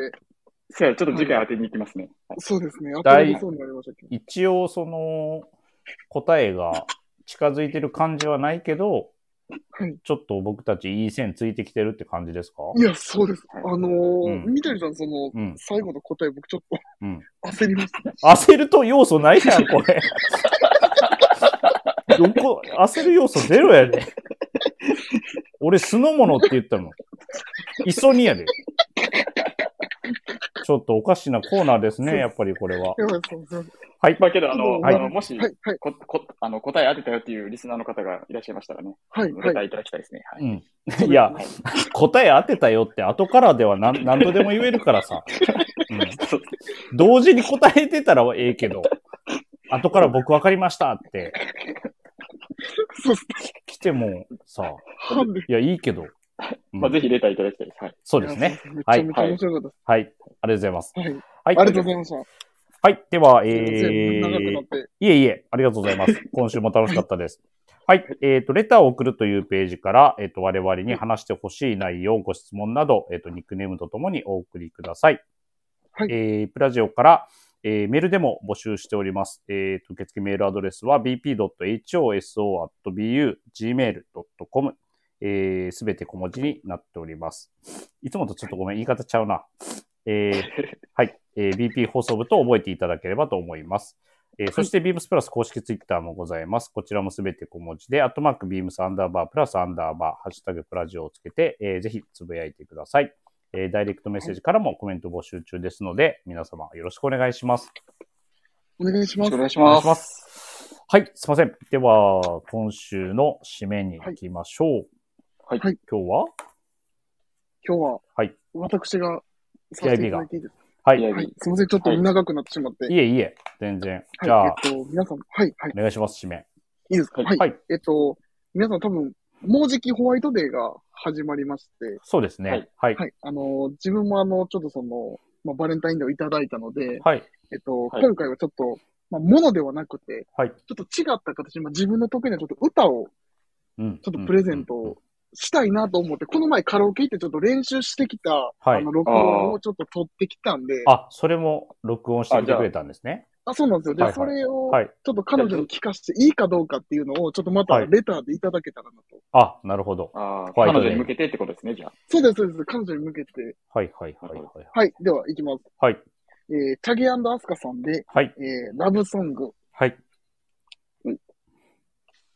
Speaker 3: そうや、ちょっと次回当てに行きますね。はい
Speaker 2: そうですね。当た
Speaker 1: 第
Speaker 2: りそうになりましたけど。
Speaker 1: 一応、その、答えが近づいてる感じはないけど
Speaker 2: はい、
Speaker 1: ちょっと僕たちいい線ついてきてるって感じですか
Speaker 2: いや、そうです。あの
Speaker 1: う
Speaker 2: ー、
Speaker 1: ん
Speaker 2: 三谷さん、その、
Speaker 1: うん。
Speaker 2: 最後の答え、僕ちょっと、
Speaker 1: うん
Speaker 2: 焦りました。
Speaker 1: 焦ると要素ないやん、こ れ。どこ、焦る要素ゼロやで。俺、酢の物って言ったの。磯にやで。ちょっとおかしなコーナーですね、やっぱりこれは。
Speaker 2: やばいそうすいません。
Speaker 1: はい。
Speaker 3: まあけど、あの、
Speaker 2: はい
Speaker 3: あのもし、
Speaker 2: はい、はい、
Speaker 3: ここあの答え当てたよっていうリスナーの方がいらっしゃいましたらね、
Speaker 2: はい、
Speaker 3: お
Speaker 2: は
Speaker 3: 答
Speaker 2: い。
Speaker 3: えいただきたいですね。はい
Speaker 1: うん。いや、答え当てたよって後からでは何何度でも言えるからさ。うん、同時に答えてたらええけど、後から僕分かりましたって
Speaker 2: そうです。
Speaker 1: 来てもさ、
Speaker 2: ハンデ。
Speaker 1: いや、いいけど。うん
Speaker 3: まあ、ぜひレターいただきたいです。はい。
Speaker 1: そうですね。
Speaker 2: いや。
Speaker 1: は
Speaker 2: そう
Speaker 1: い
Speaker 2: ですめちゃめちゃ面白かっ
Speaker 1: はい。ありがとうございます。
Speaker 2: たです。はい。
Speaker 1: はい。
Speaker 2: ありがとうございました。
Speaker 1: はい。では、え
Speaker 2: すいません長く
Speaker 1: ー
Speaker 2: なっ、て。
Speaker 1: いえいえ、ありがとうございます。 今週も楽しかったです。はい。えっ、と、レターを送るというページから、えっ、と、我々に話してほしい内容、ご質問など、えっ、と、ニックネームとともにお送りください。
Speaker 2: はい
Speaker 1: えープラジオから、えーメールでも募集しております。えーと、受付メールアドレスは bp.hoso.bu.gmail.com。えすべて小文字になっております。いつもとちょっとごめん、言い方ちゃうな。え ーはい。えー BP 放送部と覚えていただければと思います。えーそして、ビームスプラス公式ツイッターもございます。こちらもすべて小文字で、アットマークビームスアンダーバープラスアンダーバー、ハッシュタグプラジオをつけて、えーぜひつぶやいてください。えーダイレクトメッセージからもコメント募集中ですので、皆様よろしくお願いします。
Speaker 2: お願いします。
Speaker 3: お願いし
Speaker 1: お願
Speaker 3: ま
Speaker 1: いし
Speaker 3: す。
Speaker 1: ます。はい、すいません。では、今週の締めに行きましょう。
Speaker 3: はい
Speaker 2: はい
Speaker 1: 今日は
Speaker 2: 今日は、
Speaker 1: はい
Speaker 2: 私が、させていただいていいですか
Speaker 1: はい。
Speaker 3: い
Speaker 1: い
Speaker 3: や
Speaker 2: はい。すみません、ちょっと長くなってしまって。
Speaker 1: えいえ、全然。じゃあ、
Speaker 2: はい。えっと、皆さん、はい、はい。
Speaker 1: お願いします、締め。
Speaker 2: いいですか
Speaker 3: は
Speaker 2: はい。
Speaker 1: はい。
Speaker 2: えっと、皆さん多分、もうじきホワイトデーが始まりまして、
Speaker 1: そうですね。はい。
Speaker 2: はい。あの、自分もあの、ちょっとその、まあ、バレンタインデーをいただいたので、
Speaker 1: はい。
Speaker 2: えっと、
Speaker 3: はい
Speaker 2: 今回はちょっと、まあ、ものではなくて、
Speaker 1: はい
Speaker 2: ちょっと違った形、まあ、自分の得意なちょっと歌を
Speaker 1: うん。
Speaker 2: ちょっとプレゼントをしたいなと思って、この前カラオケ行ってちょっと練習してきた、
Speaker 1: はい
Speaker 2: あの、録音をちょっと取ってきたんで、あ
Speaker 1: あ、それも録音してきてくれたんですね。
Speaker 2: そうなんですよ。で、
Speaker 1: はいはい
Speaker 2: それを、
Speaker 1: はい。
Speaker 2: ちょっと彼女に聞かせていいかどうかっていうのを、ちょっとまた
Speaker 1: はい
Speaker 2: レターでいただけたらなと。
Speaker 1: あ、なるほど。
Speaker 3: ああ、
Speaker 1: ホワ
Speaker 3: 彼
Speaker 1: イトデー
Speaker 3: 女に向けてってことですね、じゃあ。
Speaker 2: そうです、そうです。彼女に向けて。
Speaker 1: はいはいはいはい。
Speaker 2: はい、では行きます。
Speaker 1: はい。
Speaker 2: えー、チャゲアスカさんで、
Speaker 1: はい。
Speaker 2: えー、ラブソング。
Speaker 1: はい。
Speaker 4: 聞いた風な流行りに紛れて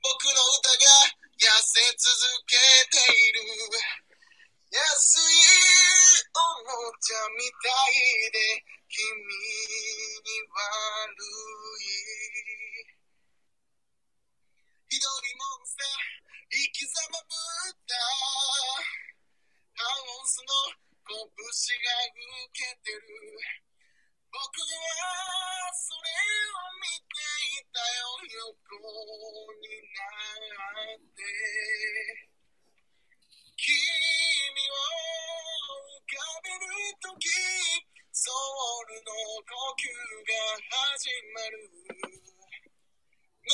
Speaker 4: 僕の歌が痩せ続けている安いおもちゃみたいで君に悪いひどいもんさ生きざまぶったハオンスの拳が受けてる僕はそれを見ていたよ横になって君を浮かべるとき少ソウルの呼吸が始まる胸に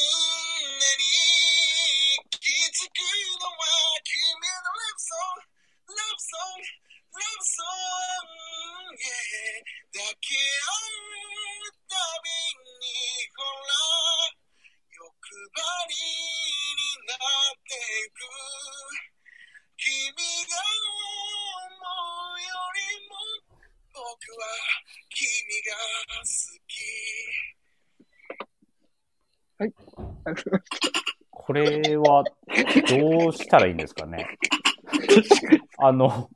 Speaker 4: きつくのは君のラブソングラブソングラブソング、yeah、抱き合うたびにほら欲張りになっていく君が思うよりも僕は君が好き
Speaker 1: これは、どうしたらいいんですかね。あの、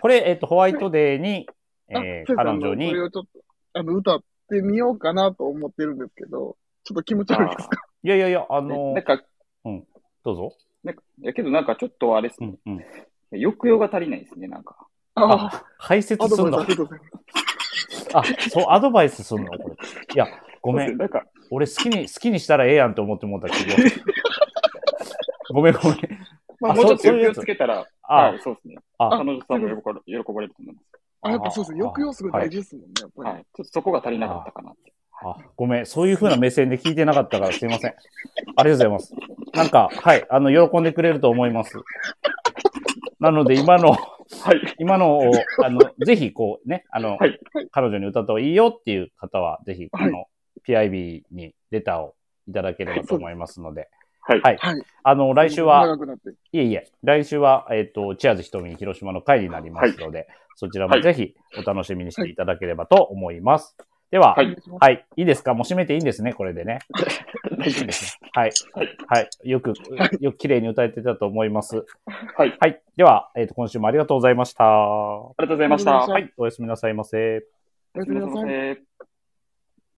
Speaker 1: これ、えっと、ホワイトデーに、
Speaker 2: あ
Speaker 1: えー
Speaker 2: そうです
Speaker 1: 彼
Speaker 2: あの
Speaker 1: 女に
Speaker 2: これ、をちょっと、あの、歌ってみようかなと思ってるんですけど、ちょっと気持ち悪いですか
Speaker 1: いやいやいや、あ
Speaker 3: あ
Speaker 1: の
Speaker 3: なん、か、
Speaker 1: どうぞ。
Speaker 3: なんか、いやけどなんかちょっとあれです
Speaker 1: う
Speaker 3: ね。
Speaker 1: んうん。
Speaker 3: 抑揚が足りないですね、なんか。
Speaker 2: あ
Speaker 1: あ、排泄
Speaker 2: あ、アド
Speaker 1: す
Speaker 2: バ
Speaker 1: ん
Speaker 2: イス
Speaker 1: の
Speaker 2: ありがとうございます。
Speaker 1: あ、そう、アドバイスすんのこれ。いや、ごめ
Speaker 3: そうですね
Speaker 1: ん。
Speaker 3: なんか、
Speaker 1: 俺好きに、好きにしたらええやんと思って思ったけど。ごめんごめん。
Speaker 2: ま
Speaker 1: あ
Speaker 2: あ、
Speaker 3: もうちょっ
Speaker 1: そ
Speaker 3: と
Speaker 1: うそういう
Speaker 3: 抑
Speaker 1: や
Speaker 3: 揚
Speaker 1: つ
Speaker 3: つけたら、
Speaker 1: あ
Speaker 3: はい、そうですね。
Speaker 1: あ
Speaker 3: 彼女さんも喜ばれ喜ばれると思います。
Speaker 2: あ、やっぱそうですね。抑揚すごい大事ですもんね、やっぱり。
Speaker 3: はい。ちょっとそこが足りなかったかなって。
Speaker 1: あ、ごめん。そういう風な目線で聞いてなかったからすいません。ありがとうございます。なんか、はい。あの、喜んでくれると思います。なので、今の、
Speaker 3: はい。
Speaker 1: 今のを、あの、ぜひ、こうね、あの、
Speaker 3: はい
Speaker 1: 彼女に歌った方がいいよっていう方は、ぜひ、
Speaker 2: はい
Speaker 1: あの、PIB にレターをいただければと思いますので、
Speaker 3: はい。
Speaker 1: はい
Speaker 2: はい。
Speaker 1: あの、来週は、
Speaker 2: 長くなって。
Speaker 1: いえいえ、来週は、えっ、と、チアーズ瞳広島の会になりますので、そちらもぜひお楽しみにしていただければと思います。では、
Speaker 3: は
Speaker 1: はいい、
Speaker 2: お願いします
Speaker 1: い、いですかもう締めていいんですね、これでね。
Speaker 3: 大丈夫です。
Speaker 1: はい
Speaker 3: はい。
Speaker 1: はい。よく、よく綺麗に歌えてたと思います。
Speaker 3: はい。
Speaker 1: はい。では、えっ、と、今週もありがとうございました。は
Speaker 3: ありがとうございました。
Speaker 2: ありがとうございました
Speaker 1: い。おやすみなさいませ。
Speaker 2: おやすみなさい
Speaker 3: い。